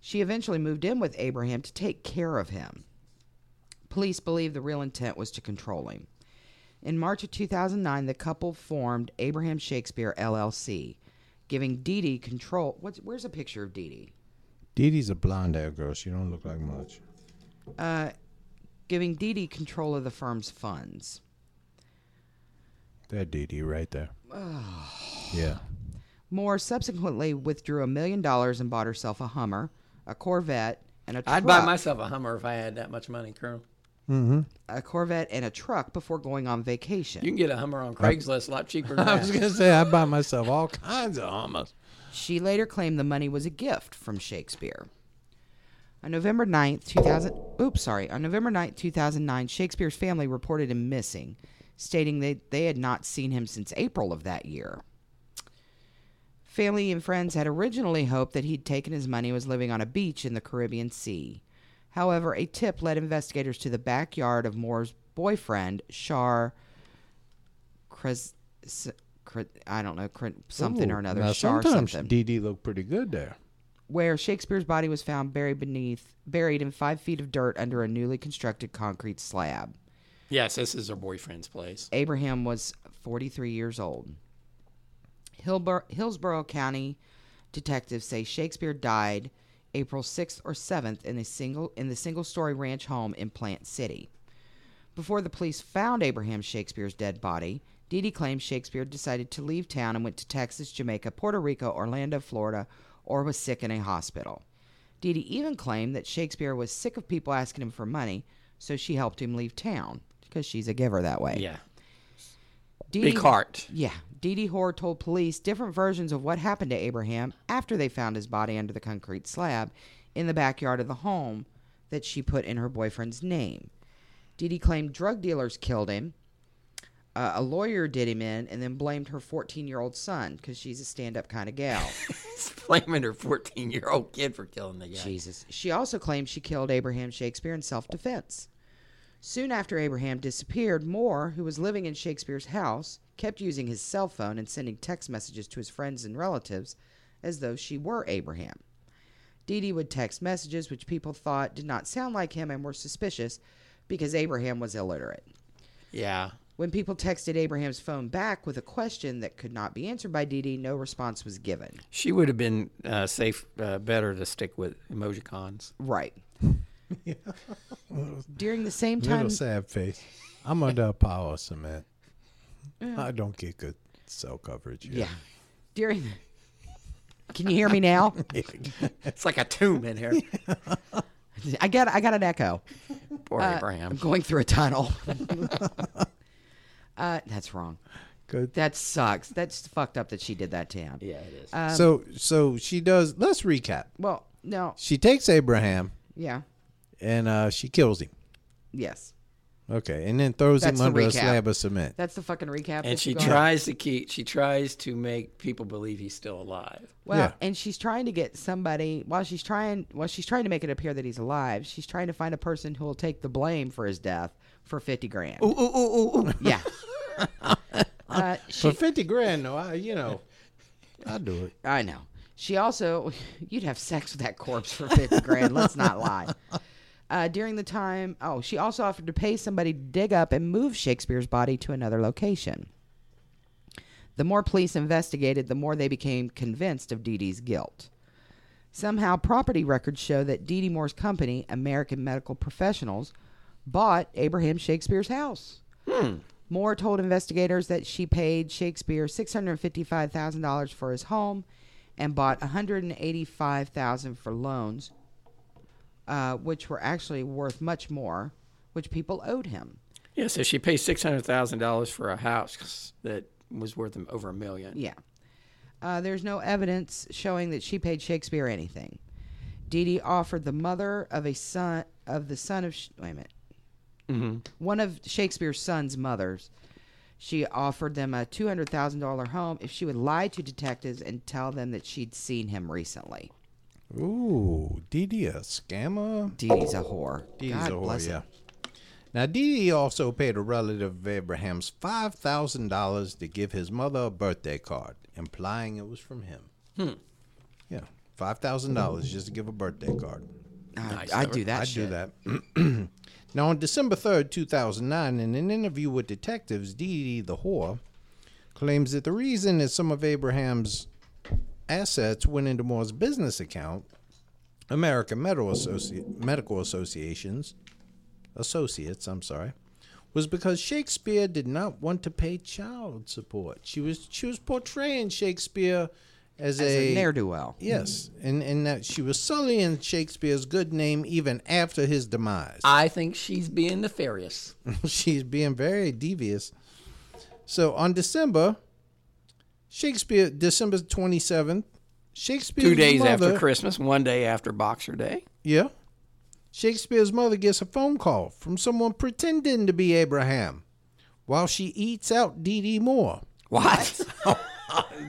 She eventually moved in with Abraham to take care of him. Police believe the real intent was to control him. In March of 2009, the couple formed Abraham Shakespeare LLC, giving Dee Dee control. What's, where's a picture of Dee Dee? Dee Dee's a blonde hair girl. She don't look like much. Giving Dee Dee control of the firm's funds. That Dee Dee right there. yeah. Moore subsequently withdrew a million dollars and bought herself a Hummer, a Corvette, and a truck. I'd buy myself a Hummer if I had that much money, Colonel. a Corvette and a truck before going on vacation. You can get a Hummer on Craigslist a lot cheaper than I was that. gonna say I buy myself all kinds of hummus. She later claimed the money was a gift from Shakespeare. On November 9th, 2000, oops, sorry. On November 9th, 2009, Shakespeare's family reported him missing, stating that they had not seen him since April of that year. Family and friends had originally hoped that he'd taken his money and was living on a beach in the Caribbean Sea. However, a tip led investigators to the backyard of Moore's boyfriend, Shar Cres- s- Cre- I don't know, Cre- something or another, Now, Shar sometimes something Dee Dee looked pretty good there. where Shakespeare's body was found buried beneath, buried in five feet of dirt under a newly constructed concrete slab. yes, this is her boyfriend's place. Abraham was 43 years old. Hillbur- Hillsborough County detectives say Shakespeare died April 6th or 7th in a single in the single-story ranch home in Plant City. Before the police found Abraham Shakespeare's dead body, Dee Dee claims Shakespeare decided to leave town and went to Texas, Jamaica, Puerto Rico, Orlando, Florida, or was sick in a hospital. Dee Dee even claimed that Shakespeare was sick of people asking him for money, so she helped him leave town because she's a giver that way. Yeah. Dee Big Dee- heart. yeah, Dee Dee Hoare told police different versions of what happened to Abraham after they found his body under the concrete slab in the backyard of the home that she put in her boyfriend's name. Dee Dee claimed drug dealers killed him. Uh, a lawyer did him in and then blamed her 14 year old son because she's a stand up kind of gal. It's blaming her 14 year old kid for killing the guy. Jesus. She also claimed she killed Abraham Shakespeare in self defense. Soon after Abraham disappeared, Moore, who was living in Shakespeare's house, kept using his cell phone and sending text messages to his friends and relatives as though she were Abraham. Dee Dee would text messages which people thought did not sound like him and were suspicious because Abraham was illiterate. Yeah. When people texted Abraham's phone back with a question that could not be answered by Dee Dee, no response was given. She would have been uh, safe, uh, better to stick with emojicons. Right. During the same time, Little sad face. I'm under a power cement. I don't get good cell coverage. Here. Yeah. During. Can you hear me now? It's like a tomb in here. I got I got an echo. Uh, Poor I'm Abraham. going through a tunnel. uh, that's wrong. Good. That sucks. That's fucked up that she did that to him. Yeah, it is. Um, so so she does. Let's recap. Well, no. She takes Abraham Yeah. and uh, she kills him. Yes. Okay, and then throws That's him the under a recap. slab of cement. That's the fucking recap. and that she you got? tries to keep. She tries to make people believe he's still alive. Well, Yeah. and she's trying to get somebody while she's trying while she's trying to make it appear that he's alive. She's trying to find a person who will take the blame for his death for fifty grand. Ooh, ooh, ooh, ooh. Yeah. uh, For fifty grand, though, I you know, I do it. I know. She also, you'd have sex with that corpse for 50 grand. Let's not lie. Uh, during the time, oh, she also offered to pay somebody to dig up and move Shakespeare's body to another location. The more police investigated, the more they became convinced of Dee Dee's guilt. Somehow, property records show that Dee Dee Moore's company, American Medical Professionals, bought Abraham Shakespeare's house. Moore told investigators that she paid Shakespeare $655,000 for his home and bought $185,000 for loans, uh, which were actually worth much more, which people owed him. Yeah. So she pays six hundred thousand dollars for a house that was worth over a million. Yeah. Uh, there's no evidence showing that she paid Shakespeare anything. Dee Dee offered the mother of a son of the son of Sh- wait a minute, one of Shakespeare's son's mothers. She offered them a two hundred thousand dollar home if she would lie to detectives and tell them that she'd seen him recently. Ooh, Dee Dee a scammer. Dee Dee's a whore. Dee Dee's God a whore, bless her. yeah. Now Dee Dee also paid a relative of Abraham's five thousand dollars to give his mother a birthday card, implying it was from him. Hmm. Yeah, five thousand dollars just to give a birthday card. I, I do that. I shit. do that. now, on December 3rd, 2009, in an interview with detectives, Dee Dee the whore claims that the reason that some of Abraham's assets went into Moore's business account, American Medical, Associ- Medical Associations, Associates, I'm sorry, was because Shakespeare did not want to pay child support. She was she was portraying Shakespeare as, As a ne'er do well. Yes, and and that she was sullying Shakespeare's good name even after his demise. I think she's being nefarious. She's being very devious. So on December, Shakespeare, December twenty seventh, Shakespeare's Two days after mother- Christmas, one day after Boxer Day. Yeah, Shakespeare's mother gets a phone call from someone pretending to be Abraham, while she eats out Dee Dee Moore. What?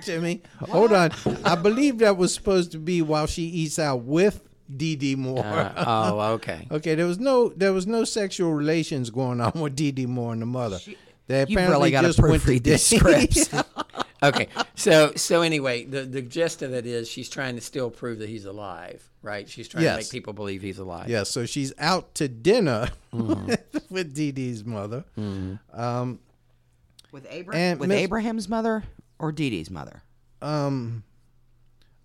Jimmy, hold on. I believe that was supposed to be while she eats out with Dee Dee Moore. oh, okay. Okay, there was no there was no sexual relations going on with Dee Dee Moore and the mother. They You've apparently really got to just went to proofread these Disney. scripts. Okay. So so anyway, the the gist of it is she's trying to still prove that he's alive, right? She's trying to Yes. make people believe he's alive. yeah, so she's out to dinner with Dee Dee's mother. With, And Abra- with Miss- Abraham's mother or Dee Dee's mother?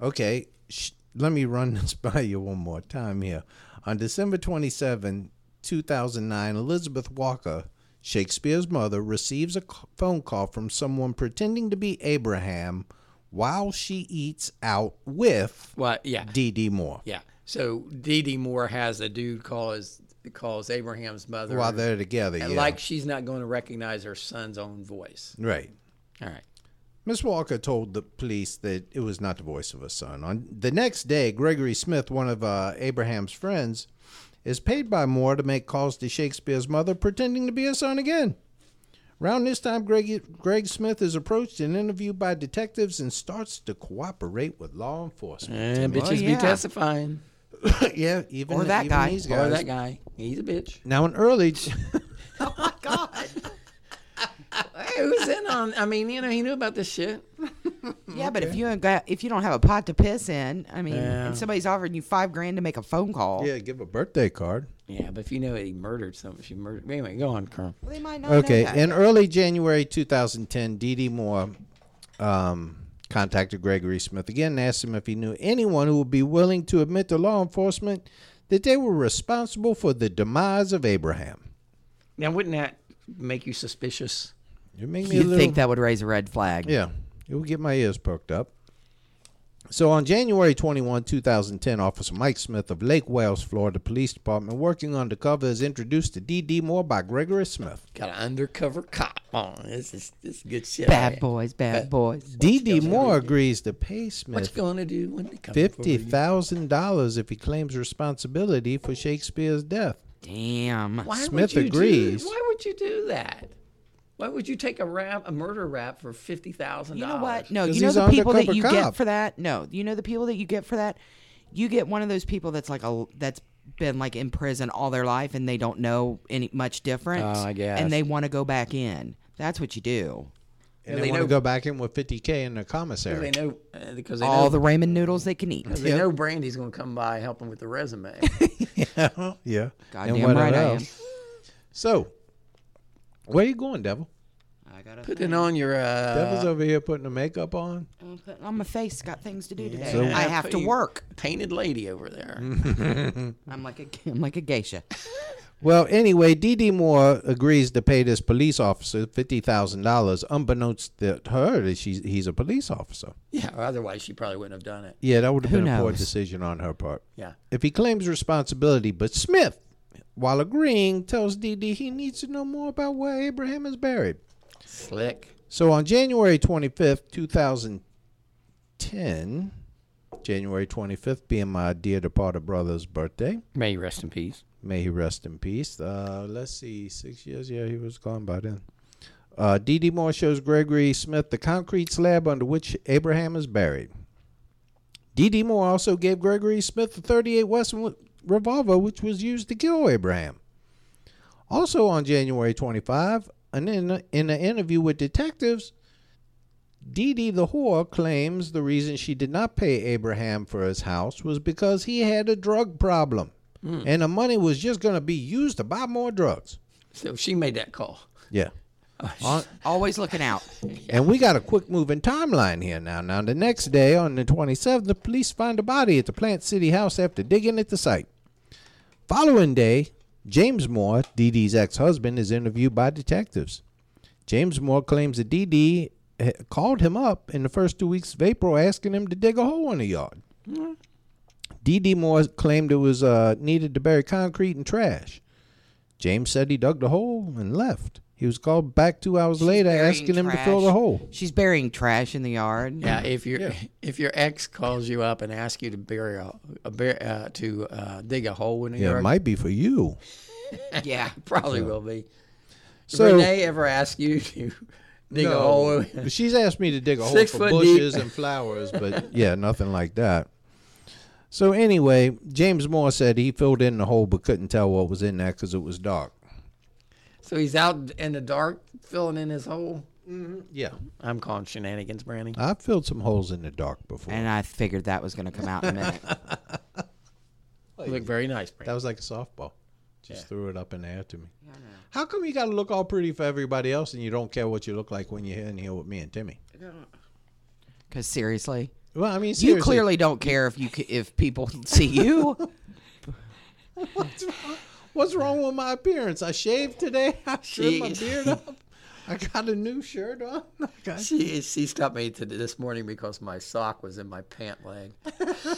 Okay, sh- let me run this by you one more time here. On December 27, 2009, Elizabeth Walker, Shakespeare's mother, receives a c- phone call from someone pretending to be Abraham while she eats out with Well, yeah, D.D. Moore. yeah. So Dee Dee Moore has a dude calls calls Abraham's mother While they're together, yeah. and like she's not going to recognize her son's own voice. right. All right. Miss Walker told the police that it was not the voice of her son. On the next day, Gregory Smith, one of uh, Abraham's friends, is paid by Moore to make calls to Shakespeare's mother, pretending to be her son again. Around this time, Greg, Greg Smith is approached and interviewed by detectives and starts to cooperate with law enforcement. And bitches yeah. be testifying. yeah, even Or that even guy. these Eh, Or guys. that guy. He's a bitch. Now, in early Hey, who's in on? I mean, you know, he knew about this shit. Yeah, but if you ain't got, if you don't have a pot to piss in, I mean, and somebody's offering you five grand to make a phone call, yeah, give a birthday card. Yeah, but if you know he murdered something, she murdered. Anyway, go on, Colonel. well, they might not. Okay, know that. in early January 2010, D.D. Moore um, contacted Gregory Smith again and asked him if he knew anyone who would be willing to admit to law enforcement that they were responsible for the demise of Abraham. Now, wouldn't that make you suspicious? You make me a you little, think that would raise a red flag? Yeah, it would get my ears perked up. So on January 21, 2010, Officer Mike Smith of Lake Wales, Florida Police Department, working undercover, is introduced to D.D. Moore by Gregory Smith. Got an undercover cop on. This is this is good shit. Bad right? boys, bad boys. D.D. Moore agrees to pay What you Smith going to do when they come? fifty thousand dollars if he claims responsibility for Shakespeare's death. Damn. Why would Smith you do- agrees. why would you do that? Why would you take a rap, a murder rap for fifty thousand You dollars? know what? No, 'Cause you know he's the an people that undercover you cop. get for that. No, you know the people that you get for that. You get one of those people that's like a that's been like in prison all their life and they don't know any much difference. Oh, I guess. And they want to go back in. That's what you do. Yeah, And they they want to know- go back in with fifty k in their They commissary. know uh, because they all know the ramen noodles they can eat. 'cause they know Brandy's going to come by helping with the resume. yeah, Goddamn right I am. So, where you going, Devil? I gotta Putting on your uh, Devil's over here putting the makeup on. I'm putting on my face. Got things to do today. So- I have to You- work. painted lady over there. I'm like a I'm like a geisha. Well, anyway, D.D. Moore agrees to pay this police officer fifty thousand dollars, unbeknownst to her that she's he's a police officer. Yeah, or otherwise she probably wouldn't have done it. Yeah, that would have Who been a poor knows? decision on her part. Yeah. If he claims responsibility, but Smith, while agreeing, tells DD he needs to know more about where Abraham is buried. Slick. So on January 25th, 2010, January 25th being my dear departed brother's birthday, May you rest in peace. may he rest in peace. Uh, let's see, six years? Yeah, he was gone by then. Uh, D.D. Moore shows Gregory Smith the concrete slab under which Abraham is buried. D.D. Moore also gave Gregory Smith the 38 Wesson revolver, which was used to kill Abraham. Also on January 25, and in, in an interview with detectives, Dee Dee the whore claims the reason she did not pay Abraham for his house was because he had a drug problem, and the money was just going to be used to buy more drugs. So she made that call. Yeah. Always looking out. And we got a quick moving timeline here now. Now, the next day, on the 27th, the police find a body at the Plant City house after digging at the site. Following day, James Moore, Dee Dee's ex husband, is interviewed by detectives. James Moore claims that Dee Dee eh, called him up in the first two weeks of April asking him to dig a hole in the yard. Mm-hmm. Dee Dee Moore claimed it was uh, needed to bury concrete and trash. James said he dug the hole and left. He was called back two hours later Burying asking him to fill the trash. hole. She's burying trash in the yard. Yeah, if your if your ex calls you up and asks you to bury a, a bur- uh, to uh, dig a hole in the Yeah, it yard, might be for you. Yeah. probably will be. If So- Renee ever asked you to dig a hole? But She's asked me to dig a hole Six for foot bushes deep. and flowers, but yeah, nothing like that. So anyway, James Moore said he filled in the hole but couldn't tell what was in there because it was dark. So he's out in the dark filling in his hole. Yeah, I'm calling shenanigans, Brandy. I've filled some holes in the dark before. And I figured that was going to come out in a minute. You look very nice, Brandy. that was like a softball. Just threw it up in the air to me. How come you got to look all pretty for everybody else and you don't care what you look like when you're in here with me and Timmy? Because seriously, Well, I mean, seriously, you clearly don't care if you c- if people see you. What's wrong with my appearance? I shaved today. I trimmed my Jeez. beard up. I got a new shirt on. I got- She she stopped me to this morning because my sock was in my pant leg.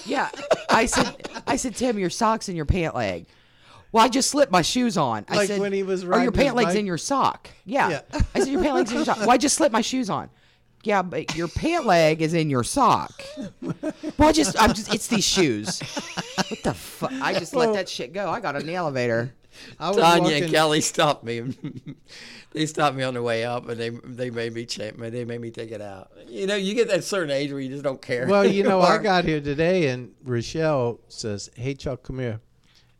Yeah, I said, I said, Tim, your socks in your pant leg. Well, I just slipped my shoes on. I Like said, when he was or your riding his pant leg's bike? in your sock. Yeah. Yeah. I said, your pant leg's in your sock. Well, I just slipped my shoes on. Yeah, but your pant leg is in your sock. Well, I just, I'm just, it's these shoes. What the fuck? I just let that shit go. I got on the elevator. I was Tanya walking- and Kelly stopped me. they stopped me on the way up, and they they made me cha- They made me take it out. You know, you get that certain age where you just don't care. Well, you know, I anymore. got here today and Rochelle says, Hey, Chuck, come here.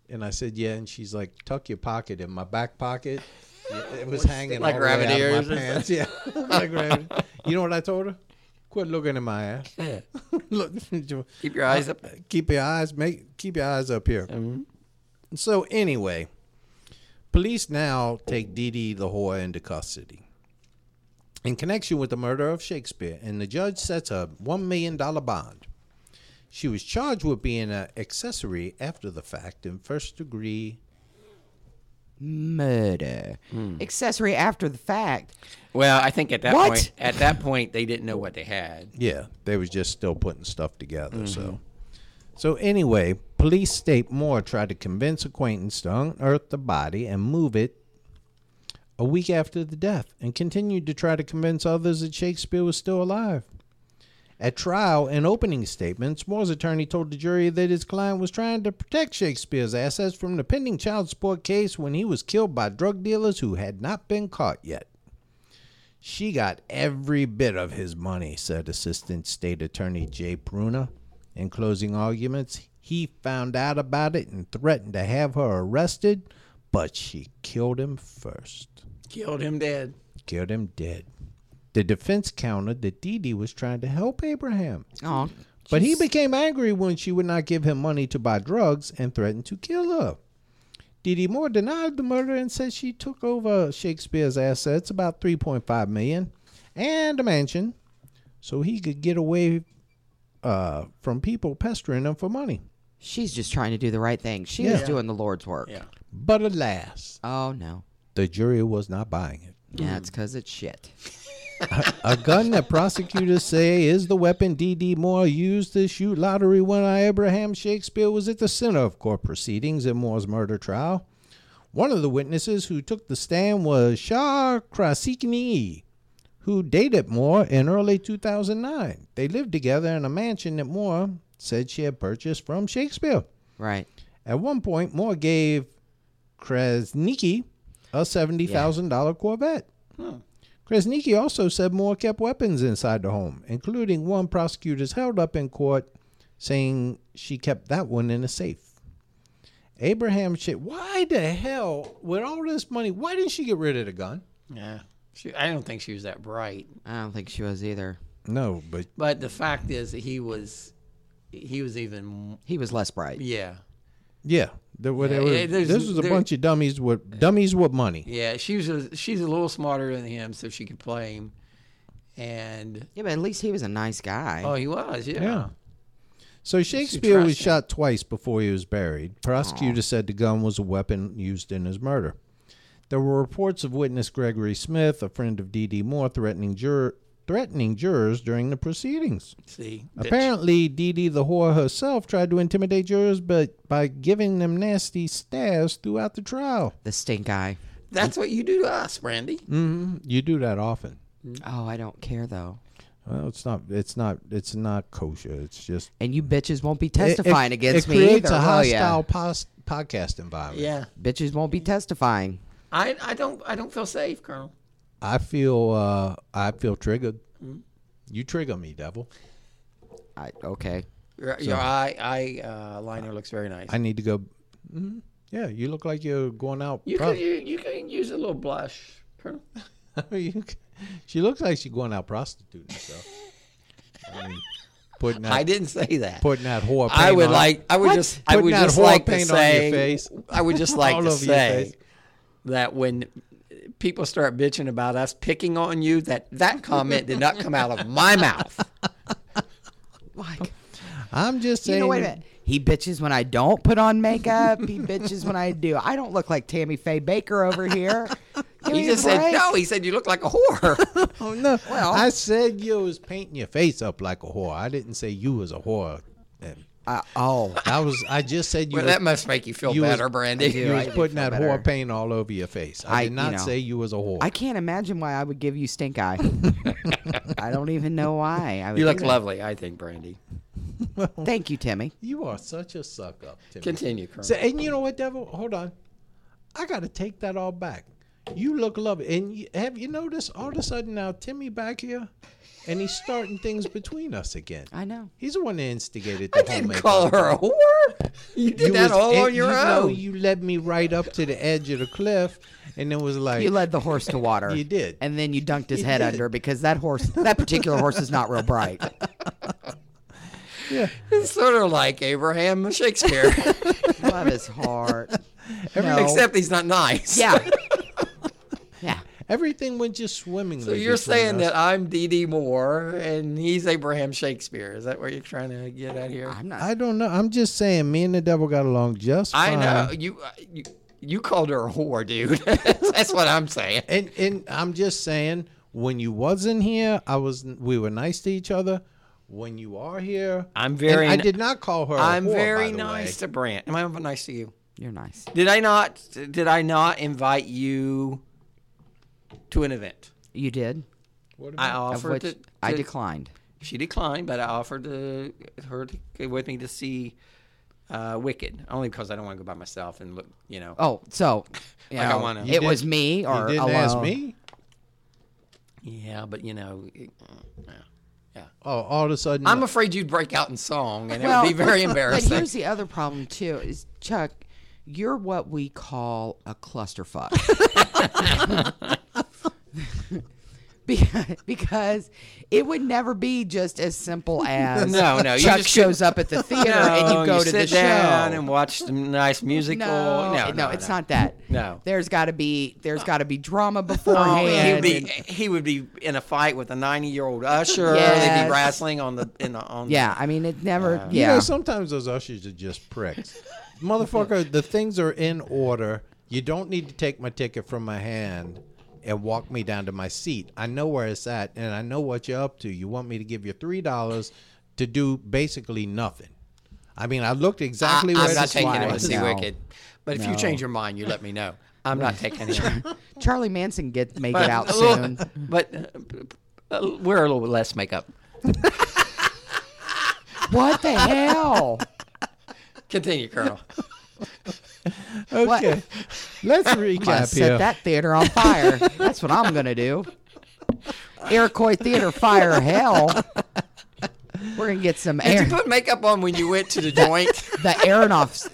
And I said, Yeah. And she's like, Tuck your pocket in my back pocket. It was hanging Like all the way rabbit out of ears my or pants. Yeah. like rabbit. You know what I told her? Quit looking at my ass. Look, keep your eyes up. keep your eyes make keep your eyes up here. So anyway, police now take Dee Dee the whore into custody. In connection with the murder of Shakespeare, and the judge sets a one million dollar bond. She was charged with being an accessory after the fact in first degree. Murder. Accessory after the fact. Well, I think at that What? point, at that point, they didn't know what they had. Yeah, they was just still putting stuff together. So, so anyway, police state Moore tried to convince acquaintance to unearth the body and move it a week after the death, and continued to try to convince others that Shakespeare was still alive. At trial and opening statements, Moore's attorney told the jury that his client was trying to protect Shakespeare's assets from the pending child support case when he was killed by drug dealers who had not been caught yet. She got every bit of his money, said Assistant State Attorney Jay Pruna. In closing arguments, he found out about it and threatened to have her arrested, but she killed him first. Killed him dead. Killed him dead. The defense countered that Dee Dee was trying to help Abraham, Oh, but he became angry when she would not give him money to buy drugs and threatened to kill her. Dee Dee Moore denied the murder and said she took over Shakespeare's assets, about 3.5 million, and a mansion, so he could get away uh, from people pestering him for money. she's just trying to do the right thing. She was doing the Lord's work. Yeah. But alas, Oh, no. the jury was not buying it. Yeah, it's because it's shit. A gun that prosecutors say is the weapon D.D. Moore used to shoot lottery winner Abraham Shakespeare was at the center of court proceedings in Moore's murder trial. One of the witnesses who took the stand was Shah Krasikni, who dated Moore in early 2009. They lived together in a mansion that Moore said she had purchased from Shakespeare. Right. At one point, Moore gave Krasniki a $70,000 Corvette. Krasniki also said Moore kept weapons inside the home, including one prosecutors held up in court saying she kept that one in a safe. Abraham shit, why the hell, with all this money, why didn't she get rid of the gun? Yeah. She, I don't think she was that bright. I don't think she was either. No, but But the fact is that he was, he was even, He was less bright. yeah. yeah. There, were- there Yeah, were- yeah, there's- this was a there- bunch of dummies with dummies with money. Yeah, she was a, she's a little smarter than him, so she could play him. And Yeah, but at least he was a nice guy. oh, he was, yeah. Yeah. So Shakespeare was trust him. shot twice before he was buried. Prosecutors said the gun was a weapon used in his murder. There were reports of witness Gregory Smith, a friend of D.D. Moore, threatening jur- threatening jurors during the proceedings. See, bitch. Apparently, Dee Dee the whore herself tried to intimidate jurors, but by giving them nasty stabs throughout the trial. The stink eye. that's what you do to us, Brandy. Mm. You do that often. Oh, I don't care though. Well, it's not. It's not. It's not kosher. It's just And you bitches won't be It- it- testifying against it me creates either, a will hostile ya? pos- podcast environment. Yeah, Bitches won't be testifying. I I don't I don't feel safe, Colonel. I feel uh I feel triggered. Mm-hmm. You trigger me, devil. I, okay. Your, your eye eye uh, liner looks very nice. I need to go. Mhm. Yeah, you look like you're going out. you pro- can you, you can use a little blush, Colonel. You c- she looks like she's going out prostituting herself. I mean, putting that, I didn't say that. putting that whore. I paint would on- like. I would What? just. I Putting would that just whore like to paint on your say. face. I would just like All to over your say face. that when people start bitching about us picking on you, that that comment did not come out of my mouth. Like, I'm just saying. you know, wait a minute. He bitches when I don't put on makeup. he bitches when I do. I don't look like Tammy Faye Baker over here. He Give me a just said break. no. He said you look like a whore. Oh no! Well- I said you was painting your face up like a whore. I didn't say you was a whore. And Uh, oh, I was. I just said you. well, was, that must make you feel you was- better, Brandy. do. you I was did putting feel that better. whore paint all over your face. I, I- did you not know, say you was a whore. I can't imagine why I would give you stink eye. I don't even know why. I would You do look that. lovely, I think, Brandy. Thank you, Timmy. you are such a suck up. Timmy. Continue, Colonel. So, and you know what, Devil? Hold on. I got to take that all back. You look lovely. And you, have you noticed all of a sudden now Timmy back here and he's starting things between us again? I know. He's the one that instigated the I whole didn't makeup. call her a whore. You did that was all in- on your you know, own. you led me right up to the edge of the cliff and it was like, You led the horse to water. You did. And then you dunked his You head did. under because that horse, that particular horse, is not real bright. yeah. It's sort of like Abraham Shakespeare, Love his heart. No. except he's not nice. yeah. Yeah. Everything went just swimmingly. So you're between saying us. that I'm D.D. Moore and he's Abraham Shakespeare. Is that what you're trying to get at here? I'm not. I don't know. I'm just saying, me and the devil got along just I fine. know you. uh, You, you called her a whore, dude. That's what I'm saying. And and I'm just saying, when you wasn't here, I was we were nice to each other. When you are here, I'm very and ni- I did not call her. a I'm whore, very by the nice Way. to Brant. Am I nice to you? You're nice. Did I not? Did I not invite you to an event? You did. I Of offered which to, I to- declined. She declined, but I offered to, her to go with me to see uh, Wicked, only because I don't want to go by myself and look, you know. Oh, so you Like I know, wanna- You it did- was me or you didn't alone. ask me. Yeah, but you know, it- yeah. Oh, all of a sudden, I'm afraid you'd break out in song, and Well, it would be very But embarrassing. here's the other problem too: is Chuck, you're what we call a clusterfuck. Beca- because it would never be just as simple as No, no, you Chuck just shows up at the theater and you go to Oh, sit the down show. and watch some nice musical. no, No, no, it's not that. No. there's got to be there's got to be drama Oh, he beforehand. would be and- he would be in a fight with a 90 year old usher. They'd Yes. be wrestling on the in the, on yeah, I mean it never. You yeah, know, sometimes those ushers are just pricks. Motherfucker, the things are in order. You don't need to take my ticket from my hand and walk me down to my seat. I know where it's at and I know what you're up to. You want me to give you three dollars to do basically nothing. I mean, I looked exactly I, where am not this taking him to was. see No. Wicked. But if you change your mind, you let me know. I'm not taking him. Charlie Manson get make But it out a little- soon. But uh, uh, wear a little less makeup. What the hell? Continue, Colonel. Okay. Let's I recap set here. that theater on fire. That's what I'm gonna do. Iroquois Theater, fire hell. We're gonna get some Did air. you put makeup on when you went to the joint? the Aronoffs.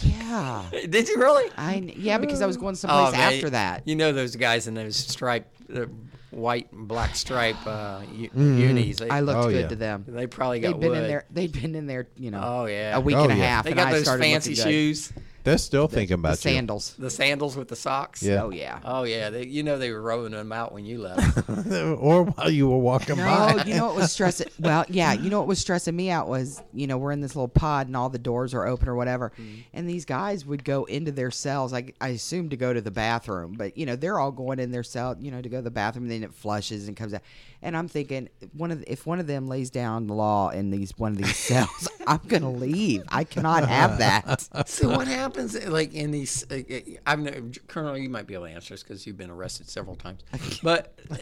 Yeah, Did you really? I yeah because I was going someplace Oh, man, after that. Um, You know those guys in those stripe, uh, white and black stripe uh, u- unis. They, Mm-hmm. I looked Oh, good yeah. to them. They probably got They'd been wood. in there. They'd been in there. You know. Oh, yeah. A week Oh, and a yeah. half. They and got I those started fancy looking good. shoes, They're still thinking The about you. sandals. the sandals with the socks. Yeah. Oh yeah. Oh yeah, they, you know they were rolling them out when you left. or while you were walking No, by. you know what was stressing? Well, yeah, you know what was stressing me out was, you know, we're in this little pod and all the doors are open or whatever, and these guys would go into their cells. I, I assume to go to the bathroom, but you know they're all going in their cell, you know, to go to the bathroom. Then it flushes and comes out, and I'm thinking one of the, if one of them lays down the law in these one of these cells, I'm gonna leave. I cannot have that. so what happens? Like in these, uh, uh, I'm no- Colonel. You might be able to answer this because you've been arrested several times. But uh,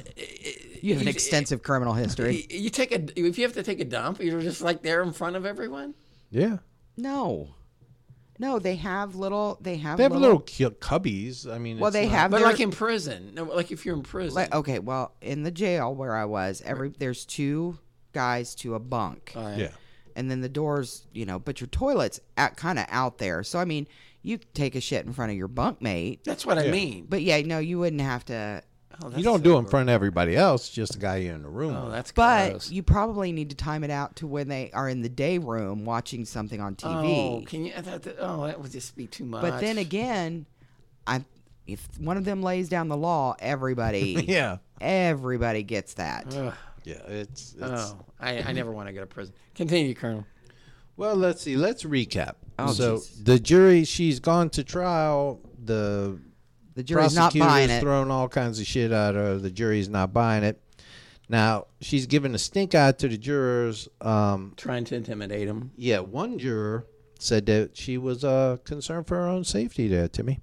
You have an extensive criminal you, history. you take a if you have to take a dump, you're just like there in front of everyone. Yeah. No, no, they have little. They have They have little cute cubbies. I mean, Well, it's they not- have But their- like in prison, no, like if you're in prison, Like okay, well, in the jail where I was, every there's two guys to Oh, a bunk, Yeah. and then the doors, you know, but your toilet's out, kind of out there. So I mean, you take a shit in front of your bunkmate, that's what I mean. but yeah, no, you wouldn't have to. You don't do it in front of everybody else, just the guy you're in the room. Oh, with. that's But gross. you probably need to time it out to when they are in the day room watching something on TV. Oh, can you? That, that, oh, that would just be too much. but then again, I if one of them lays down the law, everybody, Yeah. everybody gets that. Yeah, it's, it's Oh. oh, I, I never want to go to prison. Continue, Colonel. Well, let's see. Let's recap. Oh, so Jesus. the jury, she's gone to trial. The The jury's not prosecutor's buying it. Thrown all kinds of shit at her. The jury's not buying it. Now she's giving a stink eye to the jurors. Um, Trying to intimidate him. yeah, one juror said that she was uh, concerned for her own safety there, Timmy.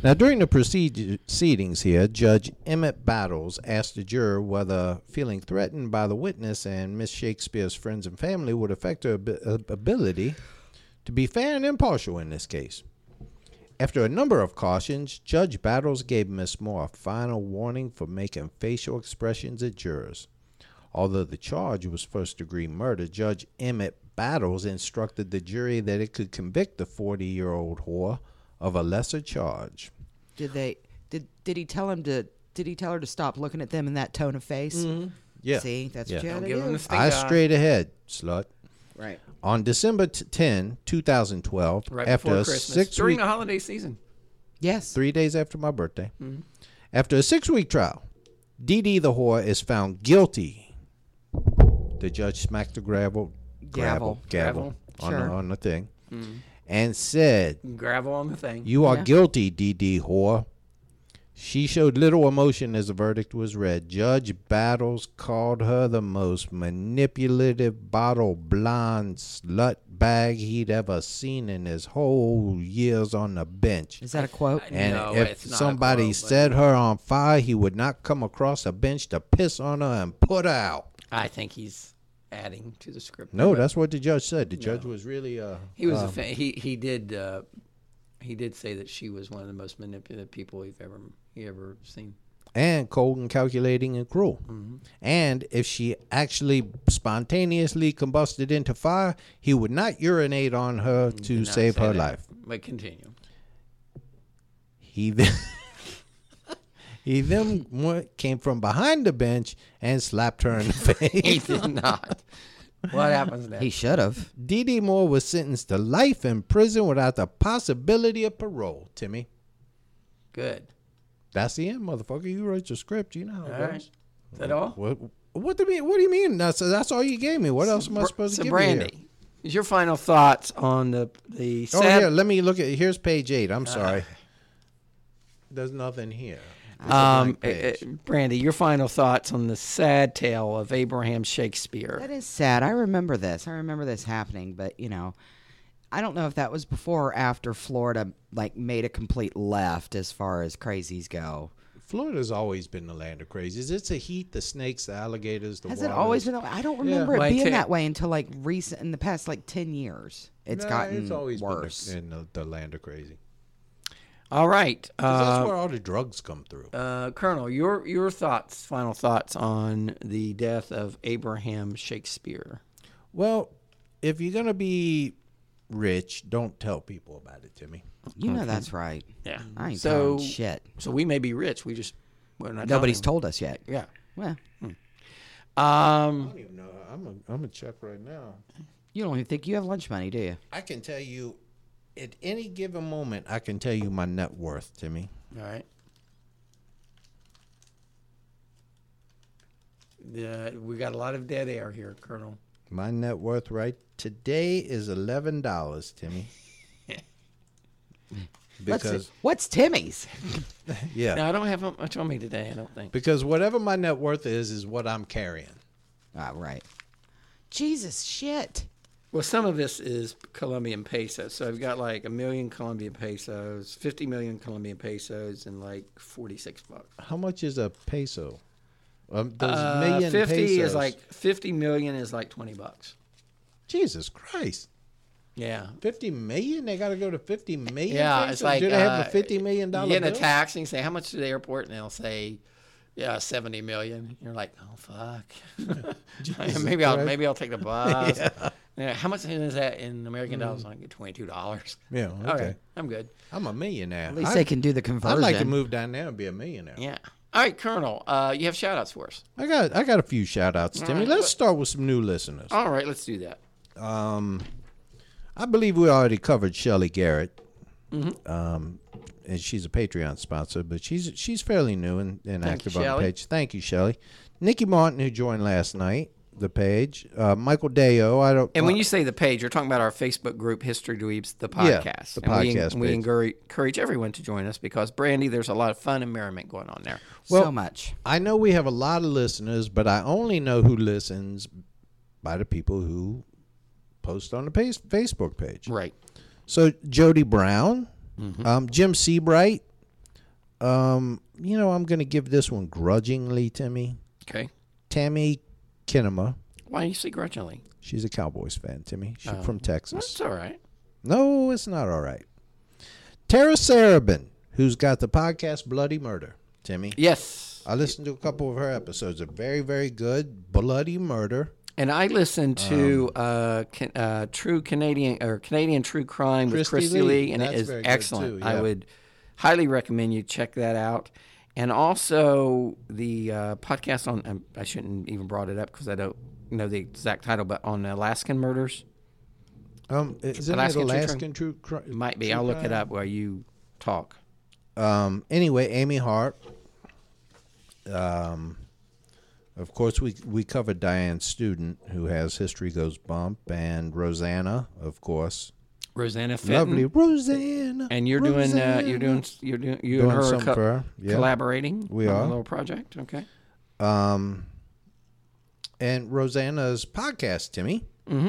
Now, during the proceed- proceedings here, Judge Emmett Battles asked the juror whether feeling threatened by the witness and Miss Shakespeare's friends and family would affect her ab- ab- ability to be fair and impartial in this case. After a number of cautions, Judge Battles gave Miss Moore a final warning for making facial expressions at jurors. Although the charge was first degree murder, Judge Emmett Battles instructed the jury that it could convict the 40 year old whore of a lesser charge. Did they? Did did he tell him to? Did he tell her to stop looking at them in that tone of face? Mm-hmm. Yeah. See, that's what you Yeah. had to Give him do. the stink I eye. straight ahead, slut. Right. On December t- 10, 2012, right after before a Christmas six during week, the holiday season. Yes. three days after my birthday, after a six week trial, Dee Dee the whore is found guilty. The judge smacked the gravel, gravel, gavel, Gravel. on, the- Sure. on the thing and said, Gravel on the thing. You are guilty, DD whore. She showed little emotion as the verdict was read. Judge Battles called her the most manipulative bottle blonde slut bag he'd ever seen in his whole years on the bench. Is that a quote? And No, if it's not a somebody quote, but- set her on fire, he would not come across a bench to piss on her and put her out. I think he's adding to the script. No, but that's what the judge said. The judge was really uh he was a fan. He he did uh, he did say that she was one of the most manipulative people he've ever he ever seen. and cold and calculating and cruel. Mm-hmm. And if she actually spontaneously combusted into fire, he would not urinate on her to Not save say her that. life. But continue. He then he then went, came from behind the bench and slapped her in the He face. did not. what happens next? He should have. Dee Dee Moore was sentenced to life in prison without the possibility of parole. Timmy, Good. that's the end, motherfucker. You wrote your script. You know how it All right. goes. Is that all? What? What do you mean? What do you mean? That's that's all you gave me. What else am I Br- supposed so to give you? here? Brandy, is your final thoughts on the the Oh, sad? here, let me look at. Here's page eight. Uh, I'm sorry. There's nothing here. um, blank page. uh, uh, Brandy, your final thoughts on the sad tale of Abraham Shakespeare. That is sad. I remember this. I remember this happening, but you know, I don't know if that was before or after Florida like made a complete left as far as crazies go. Florida's always been the land of crazies. It's the heat, the snakes, the alligators, the Has it always been? waters. that way? I don't remember Well, I it being tell- that way until like recent in the past like ten years. It's Nah, gotten it's always worse. been the, in the, the land of crazy. All right, 'Cause uh, that's where all the drugs come through. uh, Colonel, your your thoughts, final thoughts on the death of Abraham Shakespeare. well, if you're gonna be rich, don't tell people about it, Timmy. you know that's right. Yeah. I ain't So- telling shit. So we may be rich, we just we're not Nobody's telling told us yet. him. Well, Yeah. Um, I don't even know. I'm a, I'm a check right now. you don't even think you have lunch money, do you? I can tell you, at any given moment, I can tell you my net worth, Timmy. all right. The, we got a lot of dead air here, Colonel. My net worth right today is eleven dollars, Timmy. Let's see. because what's Timmy's? yeah, No, I don't have much on me today. I don't think. because whatever my net worth is is what I'm carrying. Ah, right. Jesus shit. Well, some of this is Colombian pesos. So I've got like a million Colombian pesos, 50 million Colombian pesos, and like 46 bucks. How much is a peso? Um, those Uh, million 50 pesos. is like 50 million is like 20 bucks. Jesus Christ. Yeah. Fifty million? They got to go to fifty million. Yeah, pesos? it's like do they uh, have a fifty million dollar You get in a bill? tax and you say how much to the airport, and they'll say, yeah, seventy million. You're like, oh fuck. maybe I'll Christ. maybe I'll take the bus. yeah. how much is that in American dollars? I'm like twenty two dollars. Mm. Yeah, okay. I'm good. I'm a millionaire. At least I, they can do the I'd conversion. like to move down there and be a millionaire. Yeah. All right, Colonel. Uh, you have shout outs for us. I got I got a few shout outs, Timmy. right, Uh, Let's but- start with some new listeners. All right, let's do that. I believe we already covered Shelly Garrett. Mm-hmm. Um, and she's a Patreon sponsor, but she's she's fairly new and, and Thank you, active on the Shelley. page. Thank you, Shelly. Nikki Martin, who joined last night, the page. Uh, Michael Deo, I don't. And when you say the page, you're talking about our Facebook group, History Dweebs, the Yeah, podcast. the And we en- podcast We, page. encourage, encourage everyone to join us because, Brandy, there's a lot of fun and merriment going on there. so much. I know we have a lot of listeners, but I only know who listens by the people who post on the page, Facebook page. Right. So Jody Brown, um, Jim Seabright. Um, you know, I'm going to give this one grudgingly, Timmy. Okay. Tammy Kinema. Why do you say grudgingly? She's a Cowboys fan, Timmy. She's from Texas. That's all right. No, it's not all right. Tara Sarabin, who's got the podcast Bloody Murder, Timmy. Yes. I listened to a couple of her episodes. They're very, very good. Bloody Murder. And I listened to uh, can, uh, True Canadian or Canadian True Crime with Christy Christy Lee. Lee, and it That's is very good, excellent. too, I yeah. would highly recommend you check that out. And also the uh, podcast on um, I shouldn't even brought it up because I don't know the exact title, but on Alaskan murders Um, is it Alaskan Alaskan, True Crime? True Crime? It might be. I'll look it up while you talk. Um, anyway, Amy Hart. Um, of course, we we covered Diane Student, who has History Goes Bump, and Rosanna, of course. Rosanna Fenton. Lovely Rosanna. And you're doing uh, you're doing you're doing you and Doing her, are something co- for her, yeah. collaborating. We on are. a little project. Okay. Um, and Rosanna's podcast, Timmy. Mm-hmm.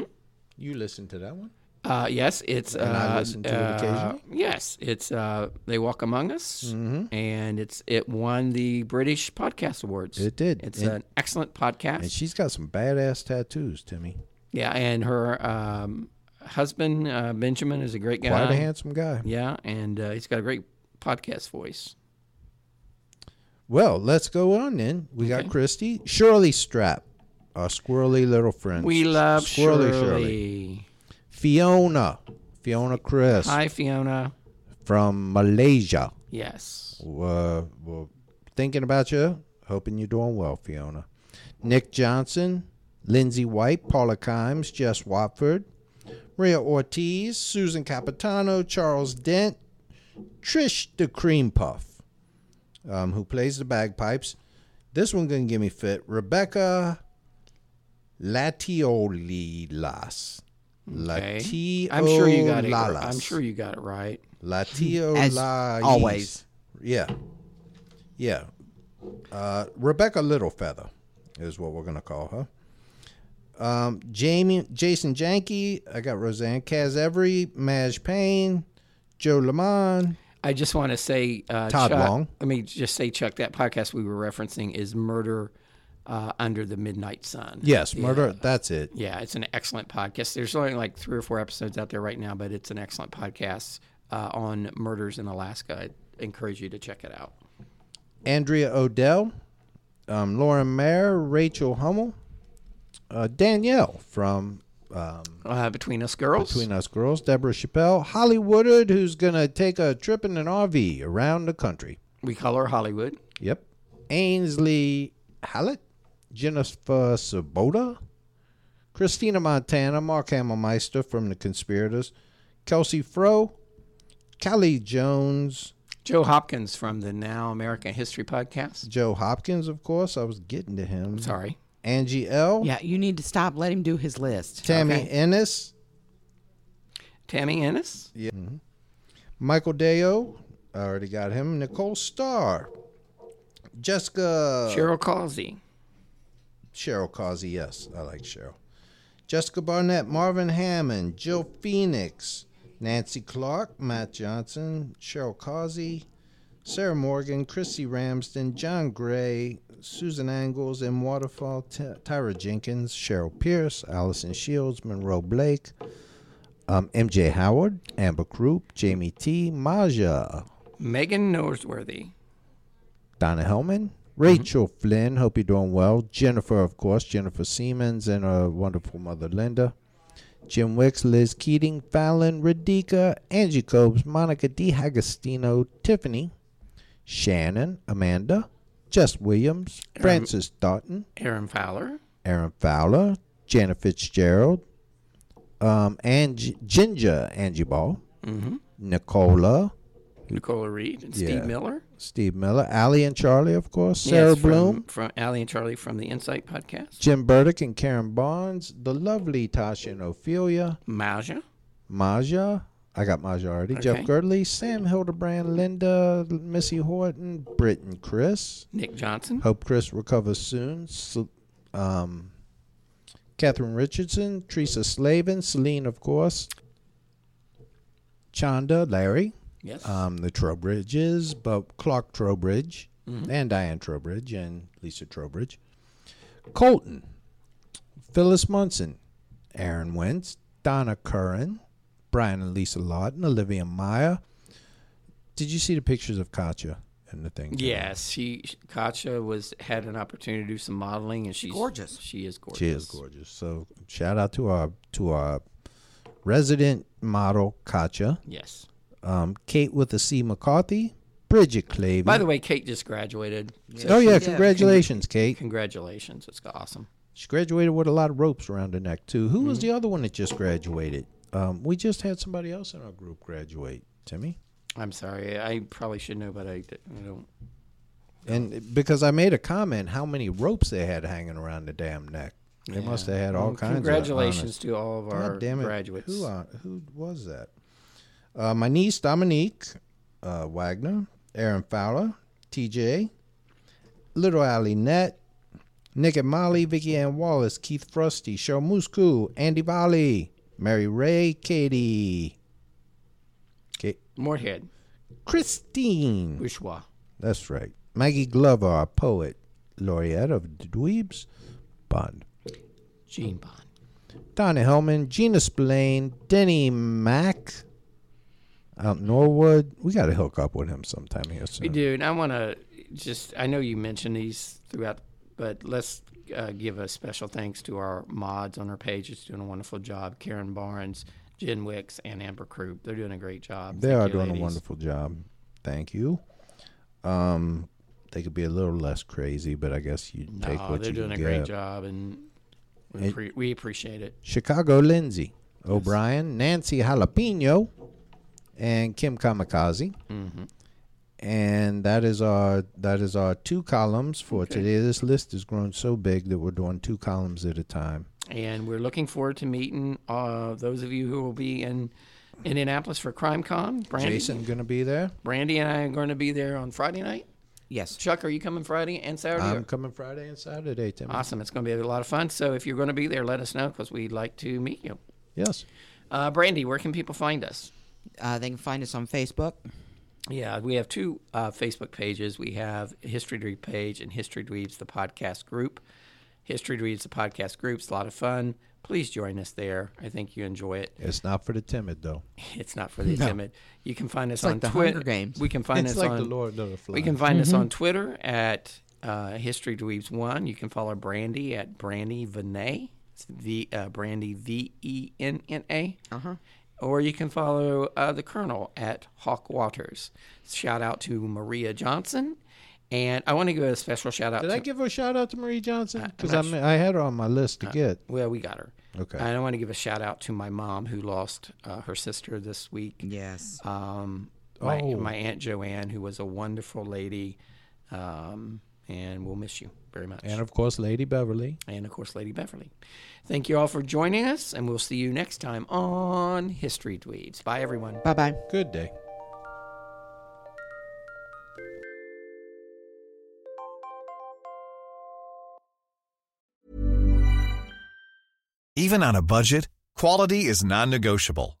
You listened to that one? Uh, yes, it's. And I uh, listen to it occasionally. Mm-hmm. uh, yes, it's. Uh, they walk among us, and it's. It won the British Podcast Awards. It did. It's And- an excellent podcast. And she's got some badass tattoos, Timmy. yeah, and her um, husband uh, Benjamin is a great guy. Quite a handsome guy. Yeah, and uh, he's got a great podcast voice. Well, let's go on then. We got Christy, Shirley Strap, our squirrely little friend. We love Squirrely Shirley. Fiona, Fiona Chris Hi, Fiona. from Malaysia. Yes. Uh, well, thinking about you. Hoping you're doing well, Fiona. Nick Johnson, Lindsay White, Paula Kimes, Jess Watford, Maria Ortiz, Susan Capitano, Charles Dent, Trish the Cream Puff, um, who plays the bagpipes. This one gonna give me fit. Rebecca Latiolilas. Okay. Latiolilas. I'm sure you got it. I'm sure you got it right. Latio As Lais. always. Yeah. Yeah. Uh, Rebecca Littlefeather is what we're going to call her. Um, Jamie, Jason Janke, I got Roseanne Kaz Every, Maj Payne, Joe Lamont. I just want to say, uh, Todd Chuck, Long. Let me just say, Chuck, that podcast we were referencing is Murder uh, Under the Midnight Sun. Yes, murder. That's it. Yeah, it's an excellent podcast. There's only like three or four episodes out there right now, but it's an excellent podcast uh, on murders in Alaska. I encourage you to check it out. Andrea Odell, um, Lauren Mayer, Rachel Hummel, uh, Danielle from Uh, Between Us Girls. Between Us Girls, Deborah Chappelle, Holly Woodard, who's going to take a trip in an RV around the country. we call her Hollywood. Yep. Ainsley Hallett, Jennifer Sabota, Christina Montana, Mark Hammermeister from The Conspirators, Kelsey Fro, Callie Jones, Joe Hopkins from the Now American History Podcast. Joe Hopkins, of course. I was getting to him. Sorry. Angie L. Yeah, you need to stop. Let him do his list. Tammy Okay. Ennis, Tammy Ennis. Michael Deo. I already got him. Nicole Starr. Jessica Cheryl Causey. Cheryl Causey, yes. I like Cheryl. Jessica Barnett, Marvin Hammond, Jill Phoenix, Nancy Clark, Matt Johnson, Cheryl Causey, Sarah Morgan, Chrissy Ramsden, John Gray, Susan Angles, M. Waterfall, Ty- Tyra Jenkins, Cheryl Pierce, Allison Shields, Monroe Blake, um, MJ Howard, Amber Croup, Jamie T., Maja, Megan Norsworthy. Donna Hellman, Mm-hmm. Rachel Flynn, hope you're doing well. Jennifer, of course, Jennifer Siemens, and her wonderful mother Linda. Jim Wicks, Liz Keating, Fallon, Radika, Angie Cobes, Monica D. Hagostino, Tiffany, Shannon, Amanda, Jess Williams, Francis Darton, Aaron Fowler. Aaron Fowler, Janet Fitzgerald, mm-hmm, um, and Ginger Angie Ball, Nicola, Nicola Reed and Yeah. Steve Miller. Steve Miller, Allie and Charlie, of course, Yes, Sarah from- Bloom, From Allie and Charlie from the Insight Podcast. Jim Burdick and Karen Barnes, the lovely Tasha and Ophelia, Maja. Maja. I got Maja already. Jeff Okay. Girdley, Sam Hildebrand, Linda, Missy Horton, Britt and Chris. Nick Johnson. Hope Chris recovers soon. Sel- um, Catherine Richardson, Teresa Slavin, Celine, of course. Chanda, Larry, Yes. um, the Trowbridges, but Clark Trowbridge Mm-hmm. and Diane Trowbridge and Lisa Trowbridge. Colton, Phyllis Munson, Aaron Wentz, Donna Curran, Brian and Lisa Lawton, Olivia Maya. Did you see the pictures of Katya and the thing? yes. She Katja was had an opportunity to do some modeling and she's gorgeous. She is gorgeous. She is gorgeous. So shout out to our to our resident model Katya, Yes. um, Kate with a C McCarthy, Bridget Clavey. By the way, Kate just graduated. So oh yeah, did. congratulations, Kate. congratulations. It's awesome. She graduated with a lot of ropes around her neck too. Who Mm-hmm. was the other one that just graduated? Um, we just had somebody else in our group graduate, Timmy. I'm sorry. I probably should know, but I, d- I don't. And because I made a comment, how many ropes they had hanging around the damn neck? They must have had all Well, kinds. of honors. Mm, Congratulations to all of our God damn it. graduates. Who, uh, are, who was that? Uh, my niece Dominique uh, Wagner, Aaron Fowler, TJ, Little Ally Net, Nick and Molly, Vicky Ann Wallace, Keith Frosty, Show Musku, Andy Bali, Mary Ray, Katie, Ka- Moorhead, Christine. Bushwa, That's right. Maggie Glover, our poet, laureate of the Dweebs Bond. Gene Mm. Bond. Donna Hellman, Gina Spillane, Denny Mack, out in Norwood. We got to hook up with him sometime here soon. We do, and I want to just, I know you mentioned these throughout, but let's uh, give a special thanks to our mods on our page. It's doing a wonderful job. Karen Barnes, Jen Wicks, and Amber Croup. They're doing a great job. They Thank are you, doing a ladies. wonderful job. Thank you. Um, they could be a little less crazy, but I guess you take No, what they're you doing can a get. great job, and we, It- appre- we appreciate it. Chicago Lindsay O'Brien, Nancy Jalapeno, and Kim Kamikaze. Mm-hmm. And that is our that is our two columns for today. This list has grown so big that we're doing two columns at a time. and we're looking forward to meeting uh, those of you who will be in Indianapolis for CrimeCon. Brandy, Jason gonna be there. Brandy and I are going to be there on Friday night. Yes. Chuck, are you coming Friday and Saturday? I'm or- coming Friday and Saturday, Timmy. awesome. It's going to be a lot of fun. So if you're going to be there, let us know because we'd like to meet you. Yes. Uh, Brandy, where can people find us? Uh, they can find us on Facebook. Yeah, we have two uh, Facebook pages. We have History Dweeb page and History Dweebs, the podcast group. History Dweebs, the podcast group. It's a lot of fun. Please join us there. I think you enjoy it. It's not for the timid though. It's not for the timid. You can find us like on the Twitter. Hunger Games. Mm-hmm. We can find It's us like on the Lord of the Flies. We can find us on Twitter at uh, History Dweebs One. You can follow Brandy at Brandy Vinay. It's the uh, Brandy V E N N A. Uh Uh-huh. huh. Or you can follow uh, the Colonel at Hawk Waters. Shout out to Maria Johnson, and I want to give a special shout out. Did to, I give a shout out to Marie Johnson? Because not I, mean, I had her on my list to get. Well, we got her. Okay. And I want to give a shout out to my mom who lost uh, her sister this week. Yes. um, my, Oh. my aunt Joanne, who was a wonderful lady, um, and we'll miss you very much. And of course, Lady Beverly. and of course, Lady Beverly. Thank you all for joining us, and we'll see you next time on History Dweebs. Bye, everyone. bye bye. Good day. Even on a budget, quality is non-negotiable.